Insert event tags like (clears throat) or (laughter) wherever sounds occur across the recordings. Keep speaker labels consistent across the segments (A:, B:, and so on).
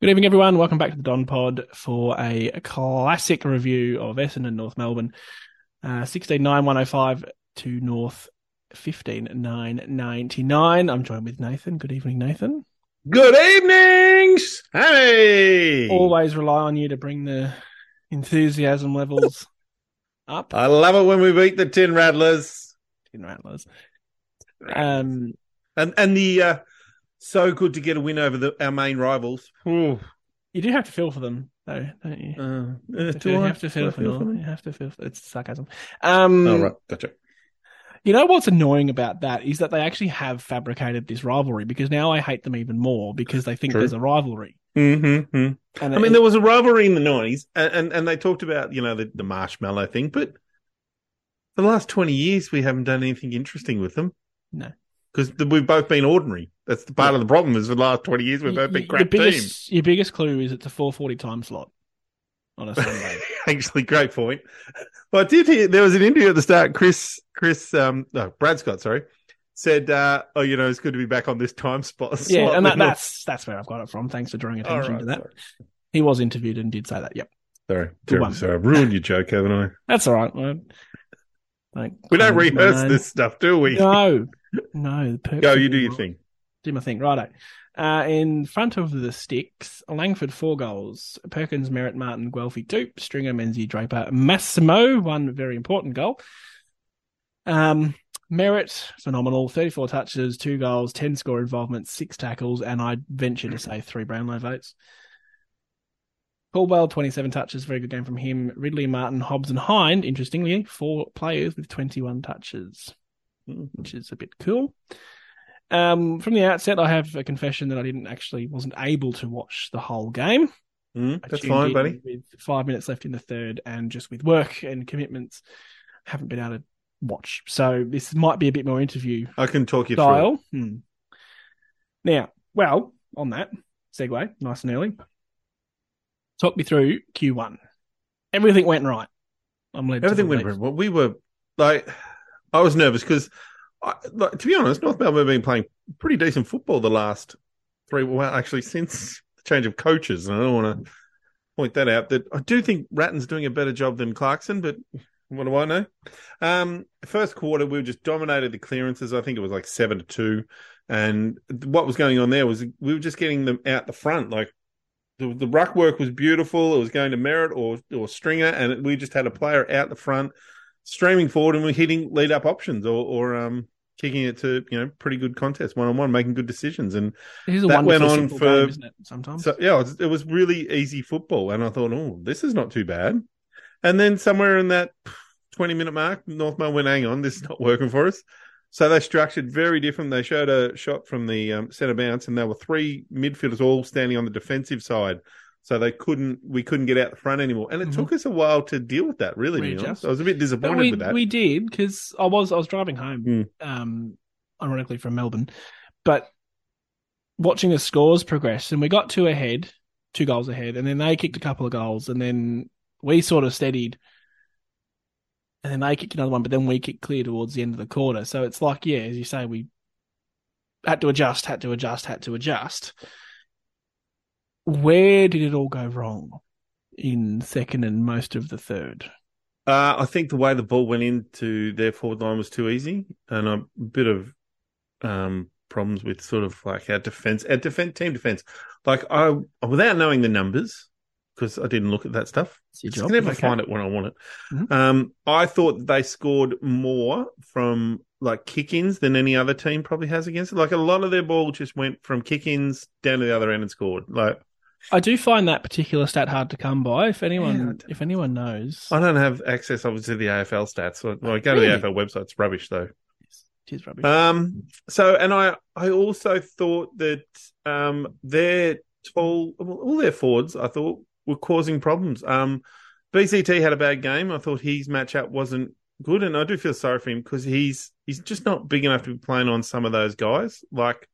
A: Good evening, everyone. Welcome back to the Don Pod for a classic review of Essendon North Melbourne. Uh, 16 9 105 to North 15 9 99. I'm joined with Nathan. Good evening, Nathan.
B: Good evenings, Hey!
A: Always rely on you to bring the enthusiasm
B: (laughs)
A: levels up.
B: I love it when we beat the Tin Rattlers
A: Tin Rattlers. Um,
B: and and the uh, so good to get a win over the, our main rivals. Ooh.
A: you do have to feel for them, though, don't you?
B: Uh, uh,
A: You
B: do
A: you
B: I-
A: have to
B: do
A: feel
B: I
A: for them. You
B: them?
A: have to feel. For, it's sarcasm. Um,
B: Oh right, gotcha.
A: You know what's annoying about that is that they actually have fabricated this rivalry because now I hate them even more because they think
B: True.
A: there's a rivalry.
B: Mm-hmm.
A: And
B: I mean, there was a rivalry in the nineties, and, and and they talked about you know the, the marshmallow thing, but the last twenty years we haven't done anything interesting with them.
A: No.
B: because we've both been ordinary. That's the part of the problem is for the last twenty years we've both been crap teams.
A: biggest, Your biggest clue is it's a 4:40 time slot on a Sunday.
B: (laughs) Actually, great point. Well, I did hear there was an interview at the start. Chris, Chris, um, no, Brad Scott, sorry, said, uh, "Oh, you know, it's good to be back on this time spot."
A: yeah,
B: slot
A: and that,
B: now."
A: that's that's where I've got it from. Thanks for drawing
B: All
A: attention
B: right,
A: to that. He was interviewed and did say that. Yep,
B: Sorry,
A: Good
B: sorry,
A: one.
B: sorry, sorry. I've ruined your joke, haven't I?
A: that's all right. Well, like,
B: (laughs) We don't
A: comment my
B: rehearse
A: name.
B: this stuff, do we?
A: No, no. the perks
B: Go,
A: of
B: you do
A: being
B: your
A: wrong.
B: thing.
A: Do my thing, righto. Uh, in front of the sticks, Langford four goals, Perkins, Merritt, Martin, Guelphy two, Stringer, Menzies, Draper, Massimo one very important goal. Um, Merritt phenomenal, thirty-four touches, two goals, ten score involvement, six tackles, and I venture to say three Brownlow votes. Caldwell, 27 touches, very good game from him. Ridley, Martin, Hobbs, and Hind, interestingly, four players with 21 touches,
B: Mm-hmm.
A: which is a bit cool. Um, from the outset, I have a confession that I didn't actually wasn't able to watch the whole game.
B: Mm,
A: I
B: that's
A: tuned
B: fine,
A: in
B: buddy.
A: With five minutes left in the third, and just with work and commitments, haven't been able to watch. So this might be a bit more interview
B: I can talk you through. it.
A: style. Hmm. Now, well, on that segue, nice and early. Talk me through Q1. Everything went right. I'm led.
B: Everything
A: to
B: went
A: believe.
B: well. We were like, I was nervous because, like, to be honest, North Melbourne have been playing pretty decent football the last three. Well, actually, since the change of coaches, and I don't want to point that out. That I do think Ratton's doing a better job than Clarkson, but what do I know? Um, first quarter, we just dominated the clearances. I think it was like seven to two, and what was going on there was we were just getting them out the front, like. The, the ruck work was beautiful. It was going to Merritt or or Stringer, and we just had a player out the front, streaming forward, and we're hitting lead up options or, or um kicking it to you know pretty good contest one on one, making good decisions. And
A: This is a
B: that went
A: wonderful
B: on
A: simple
B: for-
A: game, isn't it? Sometimes.
B: so yeah, it was, it was really easy football, and I thought, oh, this is not too bad. And then somewhere in that twenty minute mark, North Melbourne went, hang on, this is not working for us. So they structured very different. They showed a shot from the um, centre bounce, and there were three midfielders all standing on the defensive side. So they couldn't, we couldn't get out the front anymore, and it
A: Mhm.
B: took us a while to deal with that. Really, to be
A: Readjust.
B: honest. I was a bit
A: But
B: disappointed
A: we,
B: with that.
A: we did because I was I was driving home,
B: Mm.
A: um, ironically from Melbourne, but watching the scores progress, and we got two ahead, two goals ahead, and then they kicked a couple of goals, and then we sort of steadied, and then they kicked another one, but then we kicked clear towards the end of the quarter. So it's like, yeah, as you say, we had to adjust, had to adjust, had to adjust. Where did it all go wrong in second and most of the third?
B: Uh, I think the way the ball went into their forward line was too easy, and a bit of um, problems with sort of like our defense, our defense team defense. Like I, without knowing the numbers, because I didn't look at that stuff,
A: It's your job.
B: I can never
A: Okay.
B: find it when I want it.
A: Mhm.
B: Um, I thought they scored more from like kick-ins than any other team probably has against it. Like a lot of their ball just went from kick-ins down to the other end and scored. Like
A: I do find that particular stat hard to come by. If
B: Yeah, I
A: anyone,
B: don't-
A: if anyone knows,
B: I don't have access obviously to the AFL stats. So I go to
A: Really?
B: the AFL website; it's rubbish though.
A: it is rubbish.
B: Um. So, and I, I also thought that um, their tall, well, all their forwards, I thought, were causing problems. Um, BCT had a bad game. I thought his matchup wasn't good, and I do feel sorry for him because he's he's just not big enough to be playing on some of those guys. Like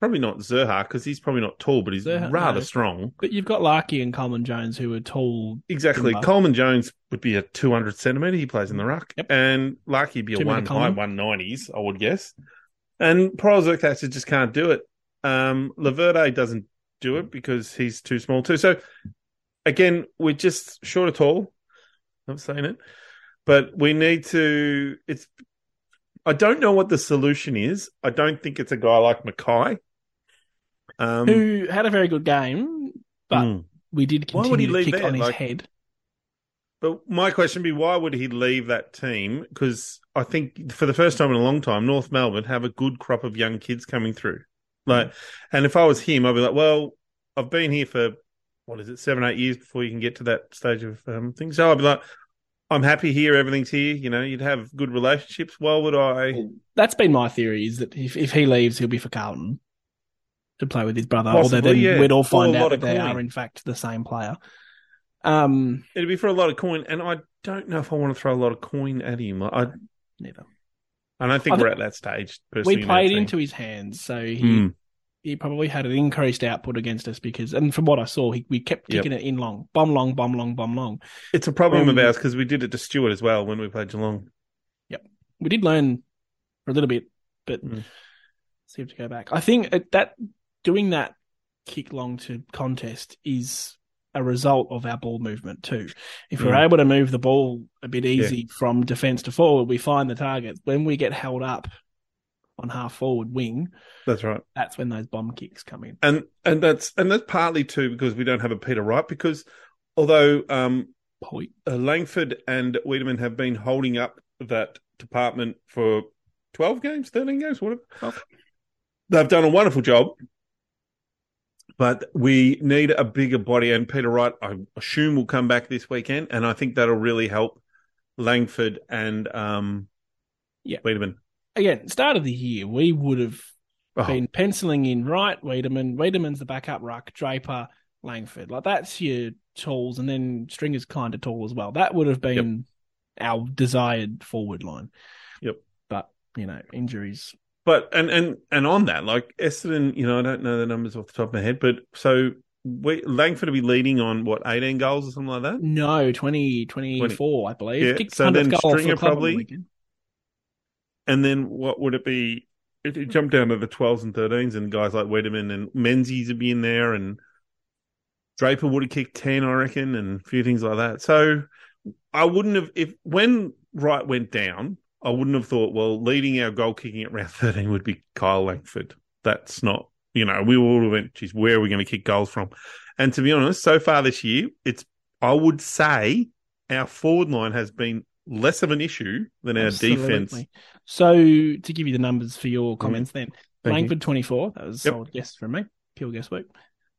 B: probably not Zerha because he's probably not tall, but he's
A: Zerha,
B: rather
A: no.
B: strong.
A: but you've got Larky and Coleman Jones who are tall.
B: Exactly.
A: Timber.
B: Coleman Jones would be a 200 centimetre. He plays in the ruck.
A: Yep.
B: And Larky would be a
A: Two-metre
B: one, high
A: Coleman.
B: 190s, I would guess. And Prozerk actually just can't do it. Um, Laverde doesn't do it because he's too small too. So again, we're just short of tall. I'm saying it, but we need to. It's. I don't know what the solution is. I don't think it's a guy like Mackay. Um,
A: who had a very good game, but
B: mm.
A: we did
B: Why
A: continue
B: would he
A: to
B: leave
A: kick
B: there?
A: on his
B: Like-
A: head.
B: But my question would be, why would he leave that team? Because I think for the first time in a long time, North Melbourne have a good crop of young kids coming through. Like, and if I was him, I'd be like, well, I've been here for what is it, seven, eight years before you can get to that stage of um, things. So I'd be like, I'm happy here, everything's here. You know, you'd have good relationships. Why would I?
A: That's been my theory is that if, if he leaves, he'll be for Carlton to play with his brother. although
B: Possibly,
A: then
B: yeah.
A: we'd all
B: For a
A: find
B: lot
A: out that
B: of
A: they
B: coin.
A: are in fact the same player. Um,
B: It'd be for a lot of coin, and I don't know if I want to throw a lot of coin at him. I,
A: never.
B: I don't think
A: I
B: we're at that stage. personally,
A: We
B: in our
A: played
B: team.
A: into his hands, so he
B: Mm.
A: he probably had an increased output against us because, and from what I saw, he, we kept
B: Yep.
A: kicking it in long, bomb long, bomb long, bomb long.
B: It's a problem
A: Um,
B: of ours because we did it to Stewart as well when we played Geelong.
A: we did learn for a little bit, but
B: Mm.
A: seemed to go back. I think it, that doing that kick long to contest is a result of our ball movement too. If we're
B: Mm.
A: able to move the ball a bit easy from defence to forward, we find the target. When we get held up on half forward wing,
B: That's right.
A: that's when those bomb kicks come in.
B: and and that's and that's partly too because we don't have a Peter Wright because although um,
A: Point.
B: uh, Langford and Wiedemann have been holding up that department for twelve games, thirteen games, whatever, they've done a wonderful job. But we need a bigger body, and Peter Wright, I assume, will come back this weekend, and I think that'll really help Langford and um,
A: Yeah.
B: Wiedemann.
A: Again, start of the year, we would have
B: Oh,
A: been penciling in right Wiedemann. Wiedemann's the backup ruck, Draper, Langford. Like that's your tools, and then Stringer's kind of tall as well. That would have been our desired forward line.
B: Yep.
A: But you know, injuries.
B: But and and and on that, like Essendon, you know, I don't know the numbers off the top of my head, but so we, Langford will be leading on what eighteen goals or something like that.
A: No, twenty twenty four, I believe.
B: Yeah,
A: Kicked
B: so
A: 100th
B: then
A: goal for the
B: Stringer
A: club on the
B: probably-
A: weekend.
B: And then what would it be? It, it jumped down to the twelves and thirteens, and guys like Wiedemann and Menzies would be in there, and Draper would have kicked ten, I reckon, and a few things like that. So I wouldn't have if when Wright went down, I wouldn't have thought, well, leading our goal kicking at round (laughs) thirteen would be Kyle Langford. That's not you know, we all went, geez, where are we going to kick goals from? And to be honest, so far this year, it's I would say our forward line has been less of an issue than our defense. Mm-hmm.
A: Absolutely. So to give you the numbers for your comments then.
B: Thank you.
A: Langford twenty four, that was a
B: Yep.
A: solid guess from me. Pure guesswork.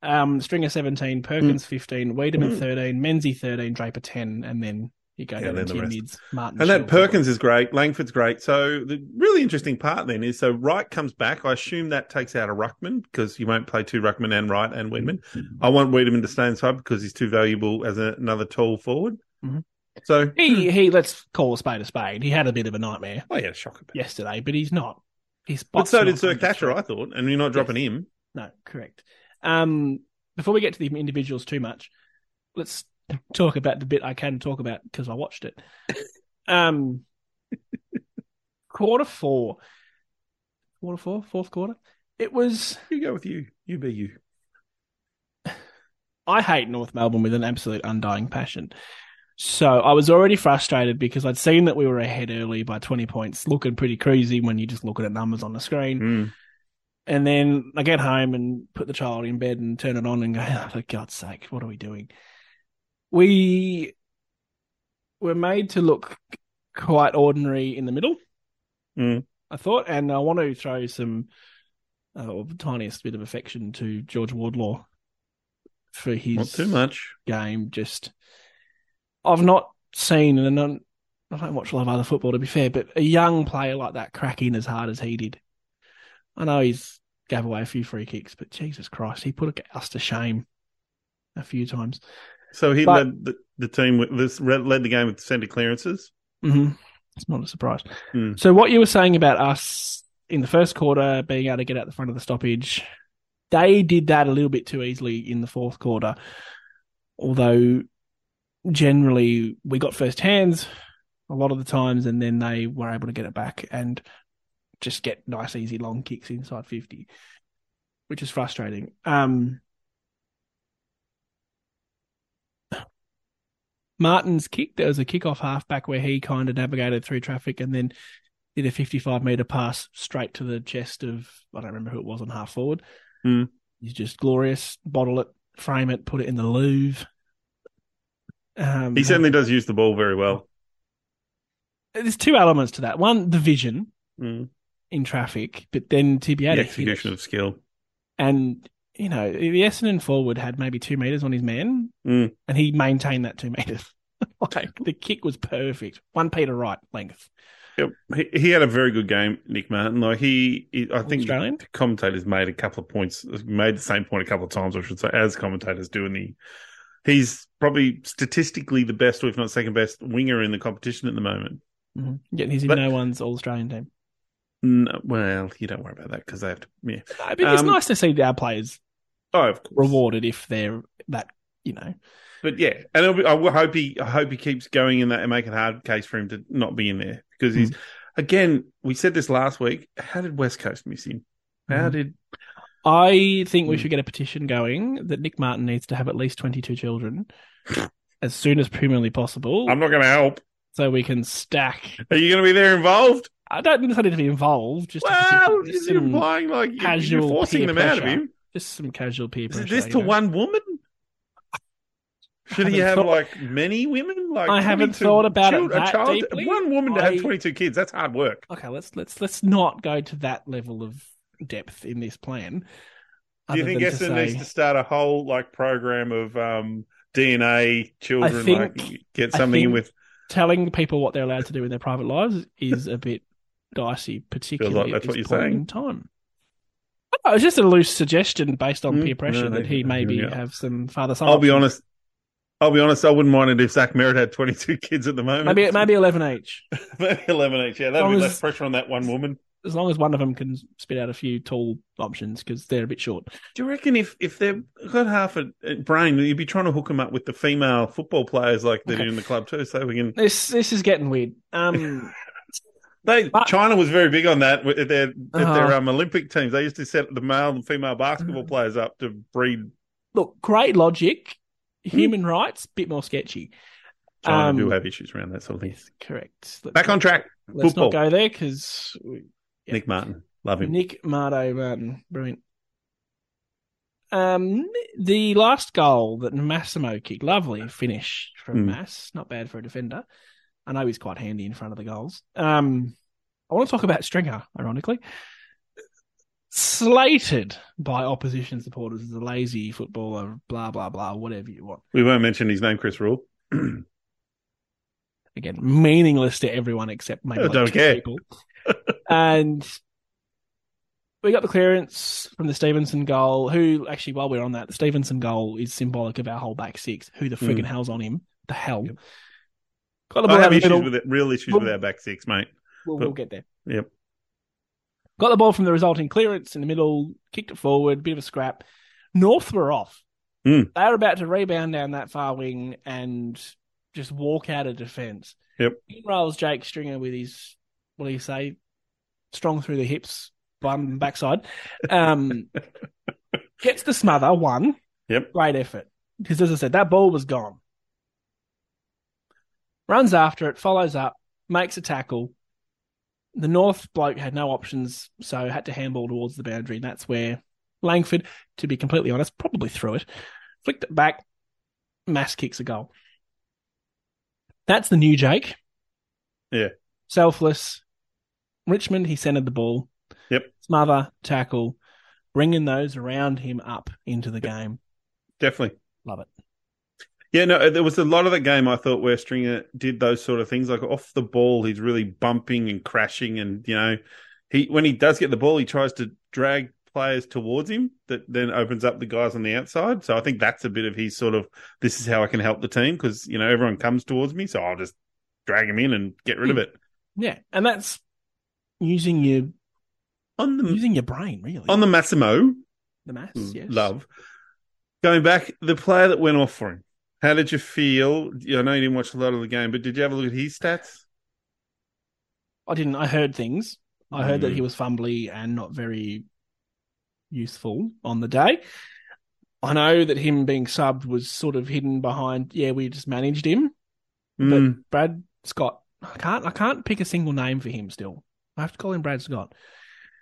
A: Um, Stringer seventeen, Perkins fifteen, Wiedemann
B: Mm.
A: thirteen, Menzies thirteen, Draper ten, and then you go
B: Yeah,
A: down
B: then
A: to
B: the
A: your
B: rest.
A: mids, Martin.
B: And that
A: Short.
B: Perkins is great. Langford's great. So the really interesting part then is so Wright comes back. I assume that takes out a Ruckman because you won't play two Ruckman and Wright and Wiedemann. I want Wiedemann to stay inside because he's too valuable as a, another tall forward.
A: Mhm.
B: So
A: He he let's call a spade a spade. He had a bit of a nightmare
B: oh yeah, shocker.
A: yesterday, but he's not. He's
B: But so did Sir Thatcher, I thought, and you're not dropping him.
A: No, correct. Um, before we get to the individuals too much, let's talk about the bit I can talk about because I watched it. Um, quarter four, quarter four, fourth quarter. It was.
B: You go with you. You be you.
A: I hate North Melbourne with an absolute undying passion. So I was already frustrated because I'd seen that we were ahead early by twenty points, looking pretty crazy when you're just looking at numbers on the screen.
B: Mm.
A: And then I get home and put the child in bed and turn it on and go, oh, for God's sake, what are we doing? We were made to look quite ordinary in the middle,
B: Mm.
A: I thought. And I want to throw some, uh, or the tiniest bit of affection to George Wardlaw for
B: Not
A: his
B: too much.
A: game. Just, I've not seen, and I don't, I don't watch a lot of other football to be fair, but a young player like that cracking as hard as he did. I know he's gave away a few free kicks, but Jesus Christ, he put us to shame a few times.
B: So he
A: But-
B: led the, the team with this led the game with centre clearances.
A: hmm It's not a surprise.
B: Mm.
A: So, what you were saying about us in the first quarter being able to get out the front of the stoppage, they did that a little bit too easily in the fourth quarter. Although, generally, we got first hands a lot of the times, and then they were able to get it back and just get nice, easy long kicks inside 50, which is frustrating. Um, Martin's kick. There was a kickoff halfback where he kind of navigated through traffic and then did a 55 meter pass straight to the chest of, I don't remember who it was on half forward.
B: Mm.
A: He's just glorious. Bottle it, frame it, put it in the Louvre. Um,
B: He certainly does use the ball very well.
A: there's two elements to that. One, the vision
B: Mm.
A: in traffic, but then to be
B: The
A: able to hit it.
B: execution of skill.
A: And, you know, the Essendon forward had maybe two metres on his man,
B: Mm.
A: and he maintained that two (laughs) metres. like, the kick was perfect. One Peter Wright length.
B: Yep. He, he had a very good game, Nick Martin. Like he, he I think
A: Australian?
B: the commentators made a couple of points, made the same point a couple of times, I should say, as commentators do. In the, he's probably statistically the best, or if not second best, winger in the competition at the moment.
A: Mhm. Yet he's in
B: Mm-hmm.
A: no
B: But-
A: one's All Australian team.
B: No, well, you don't worry about that because they have to. Yeah.
A: No, but it's
B: Um,
A: nice to see our players
B: Oh, of course.
A: rewarded if they're that, you know.
B: But yeah, and it'll be, I will hope he, I hope he keeps going in that and make it hard case for him to not be in there because he's, again, we said this last week. How did West Coast miss him? How
A: Mhm.
B: did?
A: I think we
B: Hmm.
A: should get a petition going that Nick Martin needs to have at least 22
B: (laughs)
A: children as soon as humanly possible
B: I'm not going to help.
A: so we can stack.
B: Are you going to be there involved?
A: I don't necessarily need to be involved, just, a
B: Well,
A: particular-
B: is
A: just
B: it
A: some,
B: implying like you're- you're
A: casual
B: forcing
A: peer
B: them out of
A: pressure.
B: him?
A: just some casual peer
B: Is it
A: pressure,
B: this
A: you
B: to
A: know.
B: one woman? Should he
A: haven't
B: have
A: thought-
B: like many women? Like
A: I haven't
B: 22
A: thought about it
B: children- a
A: that
B: child-
A: deeply.
B: One woman to have
A: I-
B: twenty-two kids—that's hard work.
A: Okay, let's let's let's not go to that level of depth in this plan.
B: Do
A: other
B: you think
A: than to
B: Essendon
A: say-
B: needs to start a whole like program of um, DNA children? like
A: think-
B: get
A: I
B: something in
A: think
B: with.
A: telling people what they're allowed to do in their private lives is a bit dicey, particularly
B: like
A: at
B: that's
A: this
B: what you're
A: point
B: saying.
A: in time. I don't know, it's just a loose suggestion based on
B: Mm,
A: peer pressure
B: no,
A: that
B: they-
A: he
B: they-
A: maybe
B: yeah.
A: have some father son.
B: I'll be honest. I'll be honest. I wouldn't mind it if Zach Merritt had twenty-two kids at the moment.
A: Maybe maybe eleven each,
B: (laughs) maybe eleven each. Yeah, that'd
A: I
B: be
A: was-
B: less pressure on that one woman.
A: as long as one of them can spit out a few tall options because they're a bit short.
B: Do you reckon if if they've got half a, a brain, you'd be trying to hook them up with the female football players like they do
A: Okay.
B: in the club too, so we can.
A: This this is getting weird. Um,
B: They
A: But-
B: China was very big on that with their with their
A: Uh-huh. Mm.
B: um, Olympic teams. They used to set the male and female basketball players up to breed.
A: look, great logic,
B: Hmm.
A: human rights, bit more sketchy.
B: China
A: Um,
B: do have issues around that sort of thing.
A: Yes, correct. Let's
B: Back on track,
A: not, let's
B: football.
A: not go there because Yeah.
B: Nick Martin, love him.
A: Nick Mardo Martin, brilliant. Um, the last goal that Massimo kicked, lovely finish from
B: Hmm.
A: Mass, not bad for a defender. I know he's quite handy in front of the goals. Um, I want to talk about Stringer, ironically, slated by opposition supporters as a lazy footballer, blah blah blah, whatever you want.
B: We won't mention his name, Chris Rule. (clears throat)
A: again (laughs) meaningless to everyone except maybe
B: I
A: like
B: Oh, don't
A: two
B: care.
A: people. and we got the clearance from the Stevenson goal. Who actually, while we're on that, the Stevenson goal is symbolic of our whole back six. Who the friggin' hell's on him? The hell.
B: Hmm. Yep.
A: Got the ball
B: I
A: out
B: have
A: the
B: issues
A: middle.
B: with it, real issues with our back six, mate.
A: We'll,
B: But-
A: we'll get there.
B: Yep.
A: Got the ball from the resulting clearance in the middle, kicked it forward, bit of a scrap. North were off.
B: Hmm.
A: They were about to rebound down that far wing and just walk out of defence.
B: Yep.
A: In rolls Jake Stringer with his, what do you say, strong through the hips, bum and backside.
B: (laughs)
A: Um, gets the smother, one.
B: Yep.
A: Great effort. Because as I said, that ball was gone. Runs after it, follows up, makes a tackle. The North bloke had no options, so had to handball towards the boundary. And that's where Langford, to be completely honest, probably threw it. Flicked it back. Mass kicks a goal. That's the new Jake.
B: Yeah.
A: Selfless. Richmond, he centered the ball.
B: Yep.
A: Smother, tackle, bringing those around him up into the game.
B: Definitely.
A: Love it.
B: Yeah, no, there was a lot of that game I thought where Stringer did those sort of things. Like off the ball, he's really bumping and crashing, and you know, he when he does get the ball, he tries to drag players towards him. That then opens up the guys on the outside. So I think that's a bit of his sort of this is how I can help the team because you know everyone comes towards me, so I'll just drag him in and get rid
A: Hmm.
B: of it
A: Yeah. And that's using your
B: on the
A: using your brain, really.
B: Mm-hmm. on the Massimo
A: the mass, yes.
B: love. Going back, the player that went off for him. How did you feel? I know you didn't watch a lot of the game, but did you have a look at his stats?
A: I didn't. I heard things. I heard that
B: Mm.
A: he was fumbly and not very useful on the day. I know that him being subbed was sort of hidden behind. Yeah, we just managed him.
B: Mm.
A: but Brad Scott, I can't I can't pick a single name for him still. I have to call him Brad Scott.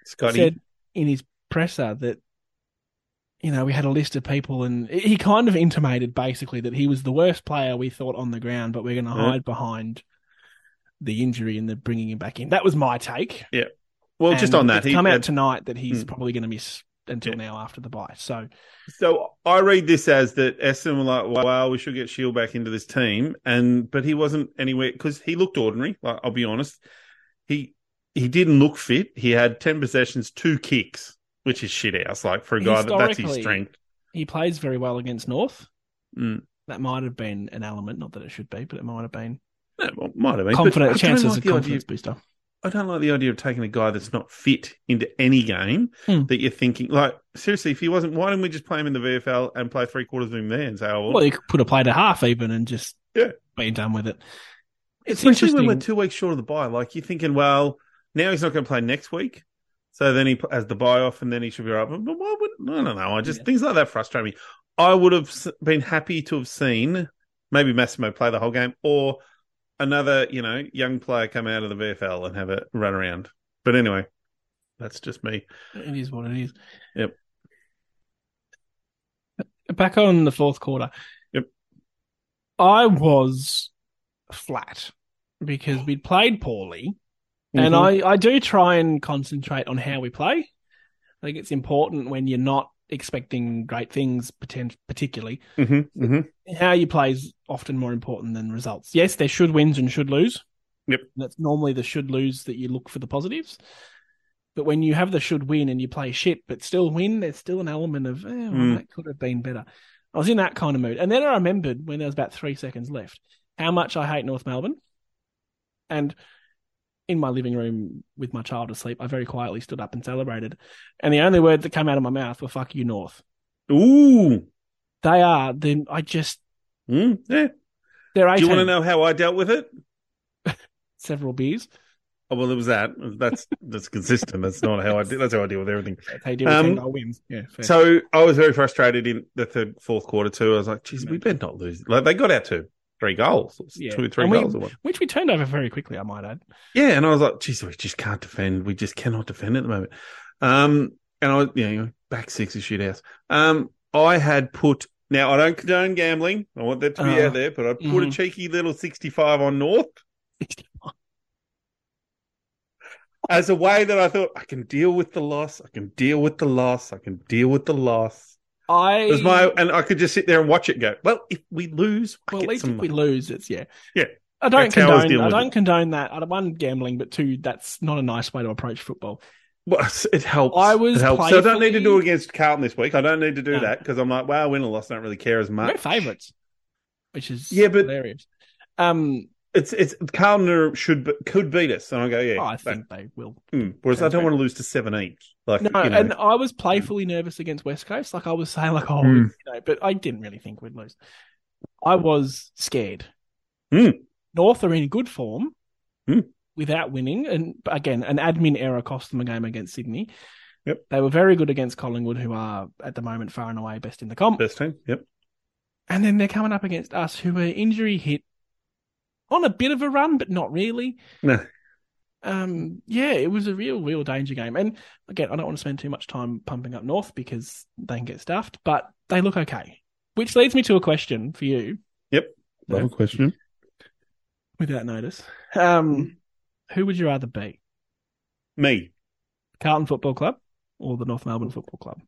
B: Scotty.
A: Said in his presser that you know we had a list of people, and he kind of intimated basically that he was the worst player we thought on the ground, but we're going to
B: Yeah.
A: hide behind the injury and the bringing him back in. That was my take.
B: well, just
A: And
B: on that,
A: it's
B: he,
A: um, come out
B: that
A: tonight that he's
B: Mm.
A: probably going to miss until
B: Yeah.
A: now after the bye. So
B: so I read this as that Essendon were like, "Wow, we should get Shield back into this team," and but he wasn't anywhere because he looked ordinary. Like I'll be honest, he he didn't look fit. He had ten possessions, two kicks, which is shit house. Like for a guy that that's his
A: Historically-
B: strength.
A: he plays very well against North.
B: Mm.
A: That might have been an element, not that it should be, but it might have been
B: No, well, might have been but I
A: confidence
B: don't
A: chances
B: like
A: of
B: the idea
A: confidence booster.
B: I don't like the idea of taking a guy that's not fit into any game
A: Hmm.
B: that you're thinking. Like seriously, if he wasn't, why didn't we just play him in the VFL and play three quarters of him there and say, "Oh, well,
A: Well, you could put a play to half even and just
B: Yeah.
A: be done with it. It's
B: Especially when
A: interesting.
B: we're two weeks short of the buy. Like you're thinking, well, now he's not going to play next week, so then he pl- has the buy off, and then he should be right. But but why would I don't know? I just
A: Yeah.
B: things like that frustrate me. I would have s- been happy to have seen maybe Massimo play the whole game, or another you know young player come out of the VFL and have a run around. But anyway, that's just me.
A: It is what it is.
B: Yep.
A: Back on the fourth quarter.
B: Yep.
A: I was flat because we'd played poorly. And
B: Mhm.
A: I, I do try and concentrate on how we play. I think it's important when you're not expecting great things, poten- particularly.
B: Mhm, mhm.
A: how you play is often more important than results. Yes, there should wins and should lose.
B: Yep.
A: That's normally the should lose that you look for the positives. But when you have the should win and you play shit but still win, there's still an element of eh, well,
B: Mm.
A: that could have been better. I was in that kind of mood, and then I remembered when there was about three seconds left how much I hate North Melbourne. And in my living room with my child asleep, I very quietly stood up and celebrated. And the only words that came out of my mouth were "fuck you, North."
B: Ooh,
A: They are. Then I just
B: Mm, yeah.
A: they're
B: Do
A: 18.
B: you want to know how I dealt with it?
A: several beers.
B: Oh, well, it was that. That's that's consistent. That's not how I. De- that's how I deal with everything.
A: They do
B: Um,
A: um, goal wins. Yeah, fair.
B: So I was very frustrated in the third, fourth quarter too. I was like, "Geez, we better not lose." Like they got out to three goals, It was
A: Yeah.
B: two or three
A: And we-
B: goals. or one.
A: which we turned over very quickly, I might add.
B: Yeah, and I was like, "Geez, we just can't defend. We just cannot defend at the moment." Um, and I, was, you know, back six is shit house. Um, I had put now I don't condone gambling. I want that to be
A: Uh,
B: out there, but I put a
A: mhm.
B: cheeky little sixty-five on
A: (laughs)
B: North. as a way that I thought I can deal with the loss. I can deal with the loss. I can deal with the loss.
A: I
B: It was my, and I could just sit there and watch it go. Well, if we lose, I
A: well, at
B: get
A: least
B: some.
A: if we
B: money."
A: lose, it's yeah,
B: Yeah.
A: I don't
B: That's how I was
A: condone.
B: dealing
A: I,
B: with
A: don't
B: it.
A: condone that. I don't- One gambling, but two, that's not a nice way to approach football.
B: Well, (laughs) it helps.
A: I was
B: It helps. So I don't need to
A: playfully-
B: do it against Carlton this week. I don't need to do
A: No.
B: that because I'm like, wow, win or loss, I don't really care as
A: We're
B: much.
A: favourites, which is
B: Yeah, but-
A: hilarious. Um,
B: It's it's Carlton are- should be- could beat us, and I go, yeah.
A: Oh, I
B: that-
A: think they will.
B: mm. Whereas I don't want to lose to seven each. Like,
A: No,
B: you know,
A: and I was playfully nervous against West Coast. Like I was (laughs) saying, like oh,
B: Hmm.
A: you know, but I didn't really think we'd lose. I was scared.
B: Hmm.
A: North are in good form
B: Hmm.
A: without winning, and again, an admin error cost them a game against Sydney.
B: Yep.
A: They were very good against Collingwood, who are at the moment far and away best in the comp.
B: best team. Yep.
A: And then they're coming up against us, who were injury hit on a bit of a run, but not really.
B: No.
A: Um, yeah, it was a real, real danger game. And again, I don't want to spend too much time pumping up North because they can get stuffed, but they look okay. Which leads me to a question for you Love a
B: question.
A: without notice. Um, who would you rather be?
B: Me.
A: Carlton Football Club or the North Melbourne Football Club?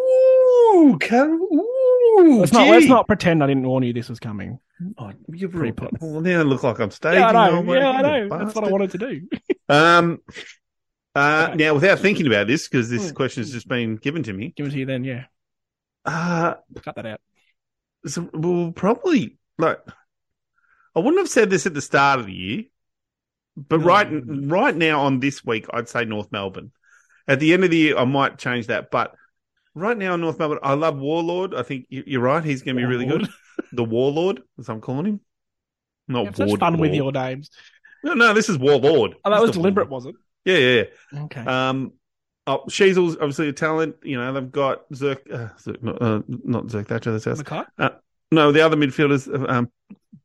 B: Ooh, Carl. Ooh,
A: Let's not, let's
B: gee.
A: not pretend I didn't warn you this was coming.
B: Oh, you're
A: Pretty
B: pretty
A: pop.
B: Well, now I look like I'm staging.
A: Yeah, I know.
B: all my-
A: Yeah, I
B: you
A: know. That's what I
B: bastard.
A: wanted to do.
B: Um, uh,
A: Okay.
B: Now, without thinking about this, because this
A: Hmm.
B: question has just been given to me,
A: Give it to you then. Yeah,
B: uh,
A: cut that out.
B: so we'll probably like. I wouldn't have said this at the start of the year, but
A: No,
B: right
A: you wouldn't.
B: right now on this week, I'd say North Melbourne. At the end of the year, I might change that, but right now in North Melbourne, I love Warlord. I think you- you're right; he's going to be really good. The Warlord, as I'm calling him, not
A: Have such
B: Ward
A: fun with
B: Lord.
A: your names.
B: No, no, this is Warlord.
A: Oh, that was
B: This is the
A: deliberate, Uh, was it?
B: Yeah, yeah.
A: Okay.
B: yeah. Um, oh, Sheasel's obviously a talent. You know, they've got Zerk, uh, Zerk not, uh, not Zerk Thatcher. That's us.
A: Mackay?
B: No, the other midfielders, um,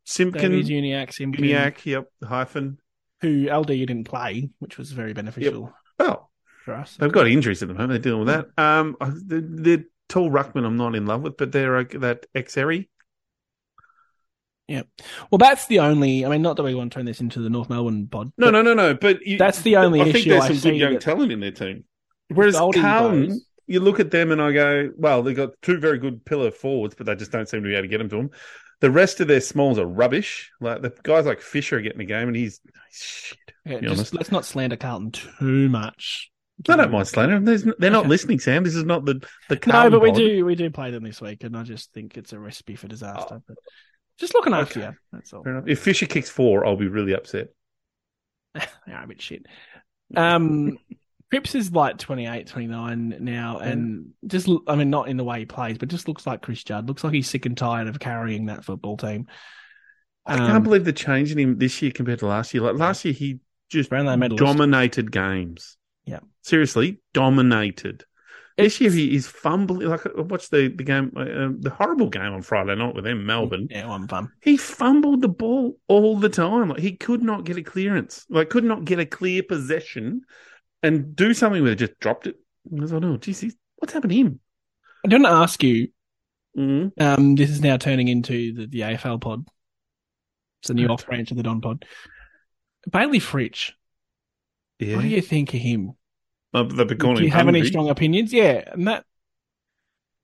B: Simpkin,
A: Davies, Uniac, Simpkin,
B: Uniac, yep, hyphen.
A: who LDU didn't play, which was very beneficial
B: Well,
A: for us.
B: they've got injuries at the moment. They're dealing with that. Um, I- the, the tall ruckman I'm not in love with, but they're uh, that Xeri.
A: Well, that's the only. I mean, not that we want to turn this into the North Melbourne pod.
B: No,
A: but
B: no, no, no. But you,
A: That's the only
B: I think
A: issue
B: there's
A: I
B: some
A: see
B: good young
A: that-
B: talent in their team. Whereas
A: Golding
B: Carlton,
A: goes.
B: you look at them and I go, well, they've got two very good pillar forwards, but they just don't seem to be able to get them to them. The rest of their smalls are rubbish. Like the guys like Fisher are getting the game, and he's, he's shit.
A: Yeah,
B: be
A: just-
B: honest.
A: let's not slander Carlton too much.
B: I don't mind slander them. There's, they're not
A: Okay.
B: listening, Sam. This is not the the
A: No,
B: Carlton
A: but we
B: pod.
A: do we do play them this week, and I just think it's a recipe for disaster. But just looking after
B: Oh. Okay.
A: you. That's all.
B: Fair enough. If Fisher kicks four, I'll be really upset.
A: They are a bit shit.
B: (laughs)
A: Um, Cripps is like 28, 29 now, and just l- I mean, not in the way he plays, but just looks like Chris Judd. Looks like he's sick and tired of carrying that football team.
B: I can't
A: Um,
B: believe the change in him this year compared to last year. Like last year, he just
A: Brownlow medalist.
B: dominated games.
A: Yeah.
B: seriously, dominated. This year he is fumbling. Like I watched the the game, uh, the horrible game on Friday night with them, Melbourne.
A: Yeah, one bum.
B: He fumbled the ball all the time. Like he could not get a clearance. Like could not get a clear possession and do something with it. Just dropped it. I was like, oh, geez, he's- what's happened to him?
A: I didn't ask you.
B: Mm.
A: Um, this is now turning into the, the AFL pod. It's a new
B: Okay.
A: off branch of the Don pod. Bailey Fritch.
B: Yeah,
A: What do you think of him?
B: Uh, they've been calling
A: Do you
B: him
A: have any
B: hungry.
A: strong opinions? Yeah, and that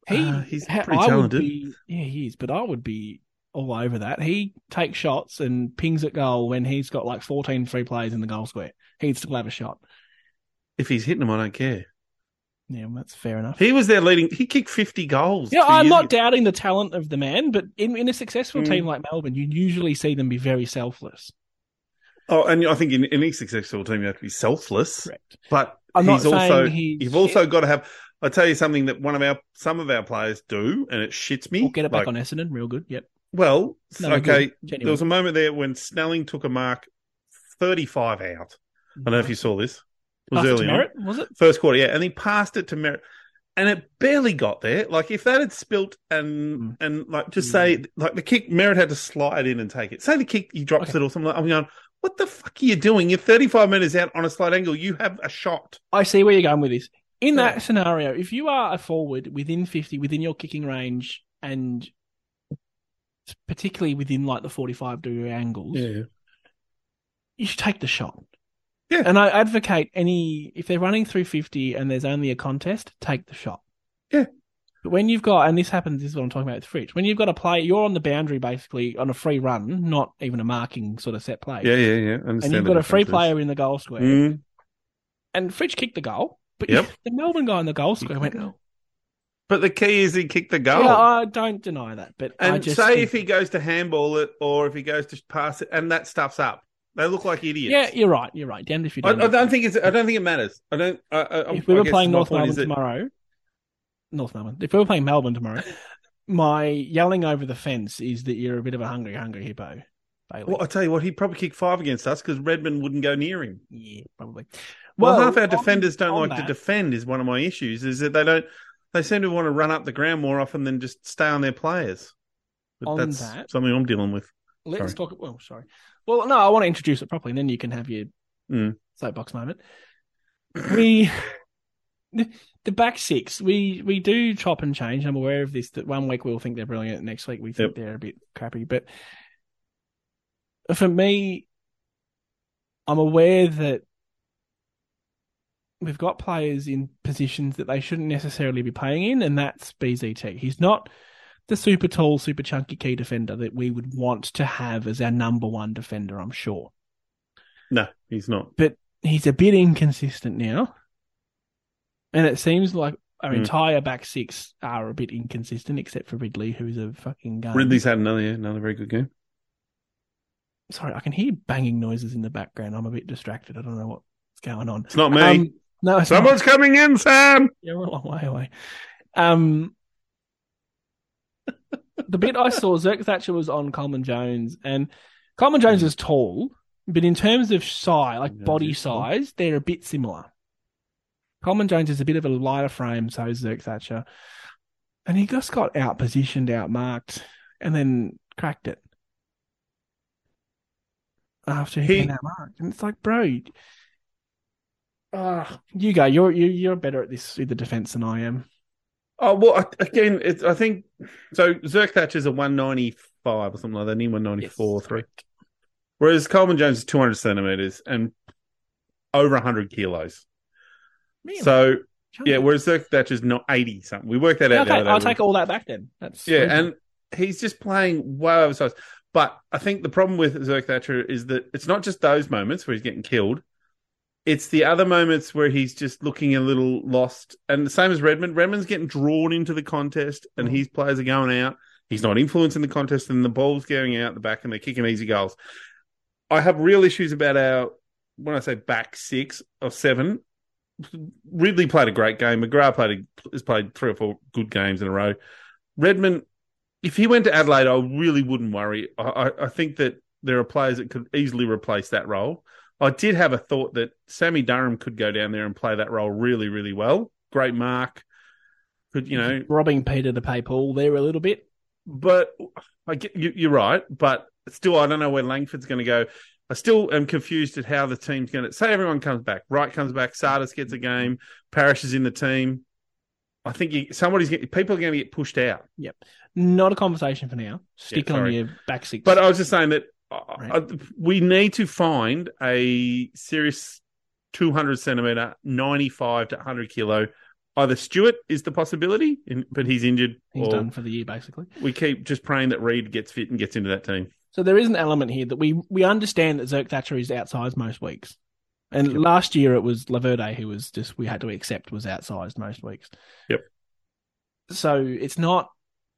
A: he
B: Uh, he's
A: ha-
B: pretty
A: I would
B: talented.
A: be- yeah, he is. But I would be all over that. He takes shots and pings at goal when he's got like 14 free plays in the goal square. He'd still have a shot.
B: If he's hitting them, I don't care.
A: Yeah, well, that's fair enough.
B: He was their leading. He kicked fifty goals.
A: Yeah,
B: two
A: I'm
B: years
A: not
B: ago.
A: doubting the talent of the man, but in, in a successful
B: Mm.
A: team like Melbourne, you usually see them be very selfless.
B: Oh, and I think in in any successful team, you have to be selfless.
A: Correct.
B: But
A: I'm
B: he's
A: not saying
B: also
A: he's
B: you've also got to have. I tell you something that one of our some of our players do, and it shits me.
A: We'll get it back
B: Like,
A: on Essendon, real good. Yep.
B: Well,
A: No, we're
B: okay.
A: good. Genuine.
B: There was a moment there when Snelling took a mark thirty-five out. I don't know if you saw this. It was
A: Pass it to
B: early on.
A: Merritt, was it?
B: first quarter, yeah, and he passed it to Merritt, and it barely got there. Like if that had spilt and
A: Mm.
B: and like just
A: Mm.
B: say like the kick, Merritt had to slide in and take it. Say the kick, he drops
A: Okay.
B: it or something. Like, I'm going, what the fuck are you doing? You're 35 meters out on a slight angle. You have a shot.
A: I see where you're going with this. In
B: Yeah.
A: that scenario, if you are a forward within 50, within your kicking range, and particularly within like the 45 degree angles, you should take the shot.
B: Yeah.
A: And I advocate any, if they're running through 50 and there's only a contest, take the shot.
B: Yeah.
A: But when you've got, and this happens, this is what I'm talking about with Fritz, when you've got a play, you're on the boundary basically on a free run, not even a marking sort of set play.
B: yeah, yeah, yeah.
A: And you've got a free player in the goal square
B: Mm.
A: and Fridge kicked the goal. But
B: Yep.
A: (laughs) the Melbourne guy in the goal square went,
B: the But the key is he kicked the goal.
A: yeah, I don't deny that. But I
B: and
A: just
B: say
A: think-
B: if he goes to handball it or if he goes to pass it, and that stuff's up. They look like idiots.
A: yeah, you're right. You're right. Damned if you
B: I,
A: don't.
B: I don't think it's. I don't think it matters. I don't. I, I,
A: if we
B: I
A: were
B: guess
A: playing
B: my
A: North
B: point
A: Melbourne
B: is that-
A: tomorrow, North Melbourne. If we were playing Melbourne tomorrow, my yelling over the fence is that you're a bit of a hungry, hungry hippo, Bailey.
B: Well, I tell you what, he'd probably kick five against us because Redmond wouldn't go near him.
A: yeah, probably.
B: Well,
A: Well,
B: half our
A: on-
B: defenders don't
A: on
B: like to
A: that-
B: defend. Is one of my issues is that they don't. They seem to want to run up the ground more often than just stay on their players. But
A: On
B: that's
A: that-
B: something I'm dealing with.
A: Let's
B: Sorry.
A: talk. Well, sorry. Well, no, I want to introduce it properly, and then you can have your
B: Mm.
A: soapbox moment. We, the the back six, we we do chop and change. I'm aware of this. That one week we'll think they're brilliant, next week we think
B: Yep.
A: they're a bit crappy. But for me, I'm aware that we've got players in positions that they shouldn't necessarily be playing in, and that's BZT. He's not the super tall, super chunky key defender that we would want to have as our number one defender, I'm sure.
B: No, he's not.
A: He's a bit inconsistent now. And it seems like our
B: Hmm.
A: entire back six are a bit inconsistent, except for Ridley, who's a fucking gun.
B: Ridley's had another yeah, another very good game.
A: Sorry, I can hear banging noises in the background. I'm a bit distracted. I don't know what's going on.
B: It's not me.
A: Um, no, it's not.
B: Someone's coming in, Sam.
A: Yeah, we're a long way away. Um, the bit I saw, Zerk Thatcher was on Coleman Jones, and Coleman Jones is tall, but in terms of size, like
B: Coleman Jones
A: body
B: is tall.
A: size, they're a bit similar. Coleman Jones is a bit of a lighter frame, so is Zerk Thatcher. And he just got out positioned, outmarked, and then cracked it. after he,
B: He-
A: came out mark. And it's like, bro, ah, you go. You're you, you're better at this with the defense than I am.
B: Oh well, I- again, it's, I think so. Zerk Thatcher's a one ninety five or something like that, near one ninety four three. Whereas Coleman Jones is two hundred centimeters and over hundred kilos.
A: Man,
B: So
A: can't-
B: yeah, whereas Zerk Thatcher's not eighty something. We worked that out.
A: okay,
B: the other day.
A: I'll take all that back then. That's
B: Yeah, and he's just playing way oversized. But I think the problem with Zerk Thatcher is that it's not just those moments where he's getting killed. It's the other moments where he's just looking a little lost. And the same as Redmond. Redmond's getting drawn into the contest and
A: Mm.
B: his players are going out. He's not influencing the contest and the ball's going out the back and they're kicking easy goals. I have real issues about our, when I say back six or seven, Ridley played a great game. McGrath played a, has played three or four good games in a row. Redmond, if he went to Adelaide, I really wouldn't worry. I, I, I think that there are players that could easily replace that role. I did have a thought that Sammy Durham could go down there and play that role really, really well. Great mark, could
A: Mm-hmm.
B: you know?
A: robbing Peter to pay Paul there a little bit.
B: But I get you, you're right. But still, I don't know where Langford's going to go. I still am confused at how the team's going to say everyone comes back. Wright comes back. Sardis gets a game. Parrish is in the team. I think you, somebody's get, people are going to get pushed out.
A: Not a conversation for now. Stick on
B: sorry.
A: your back six.
B: But I was just saying that uh,
A: Right.
B: uh, we need to find a serious 200 centimeter, 95 to 100 kilo. Either Stewart is the possibility, in, but he's injured,
A: he's
B: or
A: done for the year basically.
B: we keep just praying that Reed gets fit and gets into that team.
A: So there is an element here that we we understand that Zerk Thatcher is outsized most weeks. And
B: Yep.
A: last year it was Laverde who was just we had to accept was outsized most weeks.
B: Yep.
A: So it's not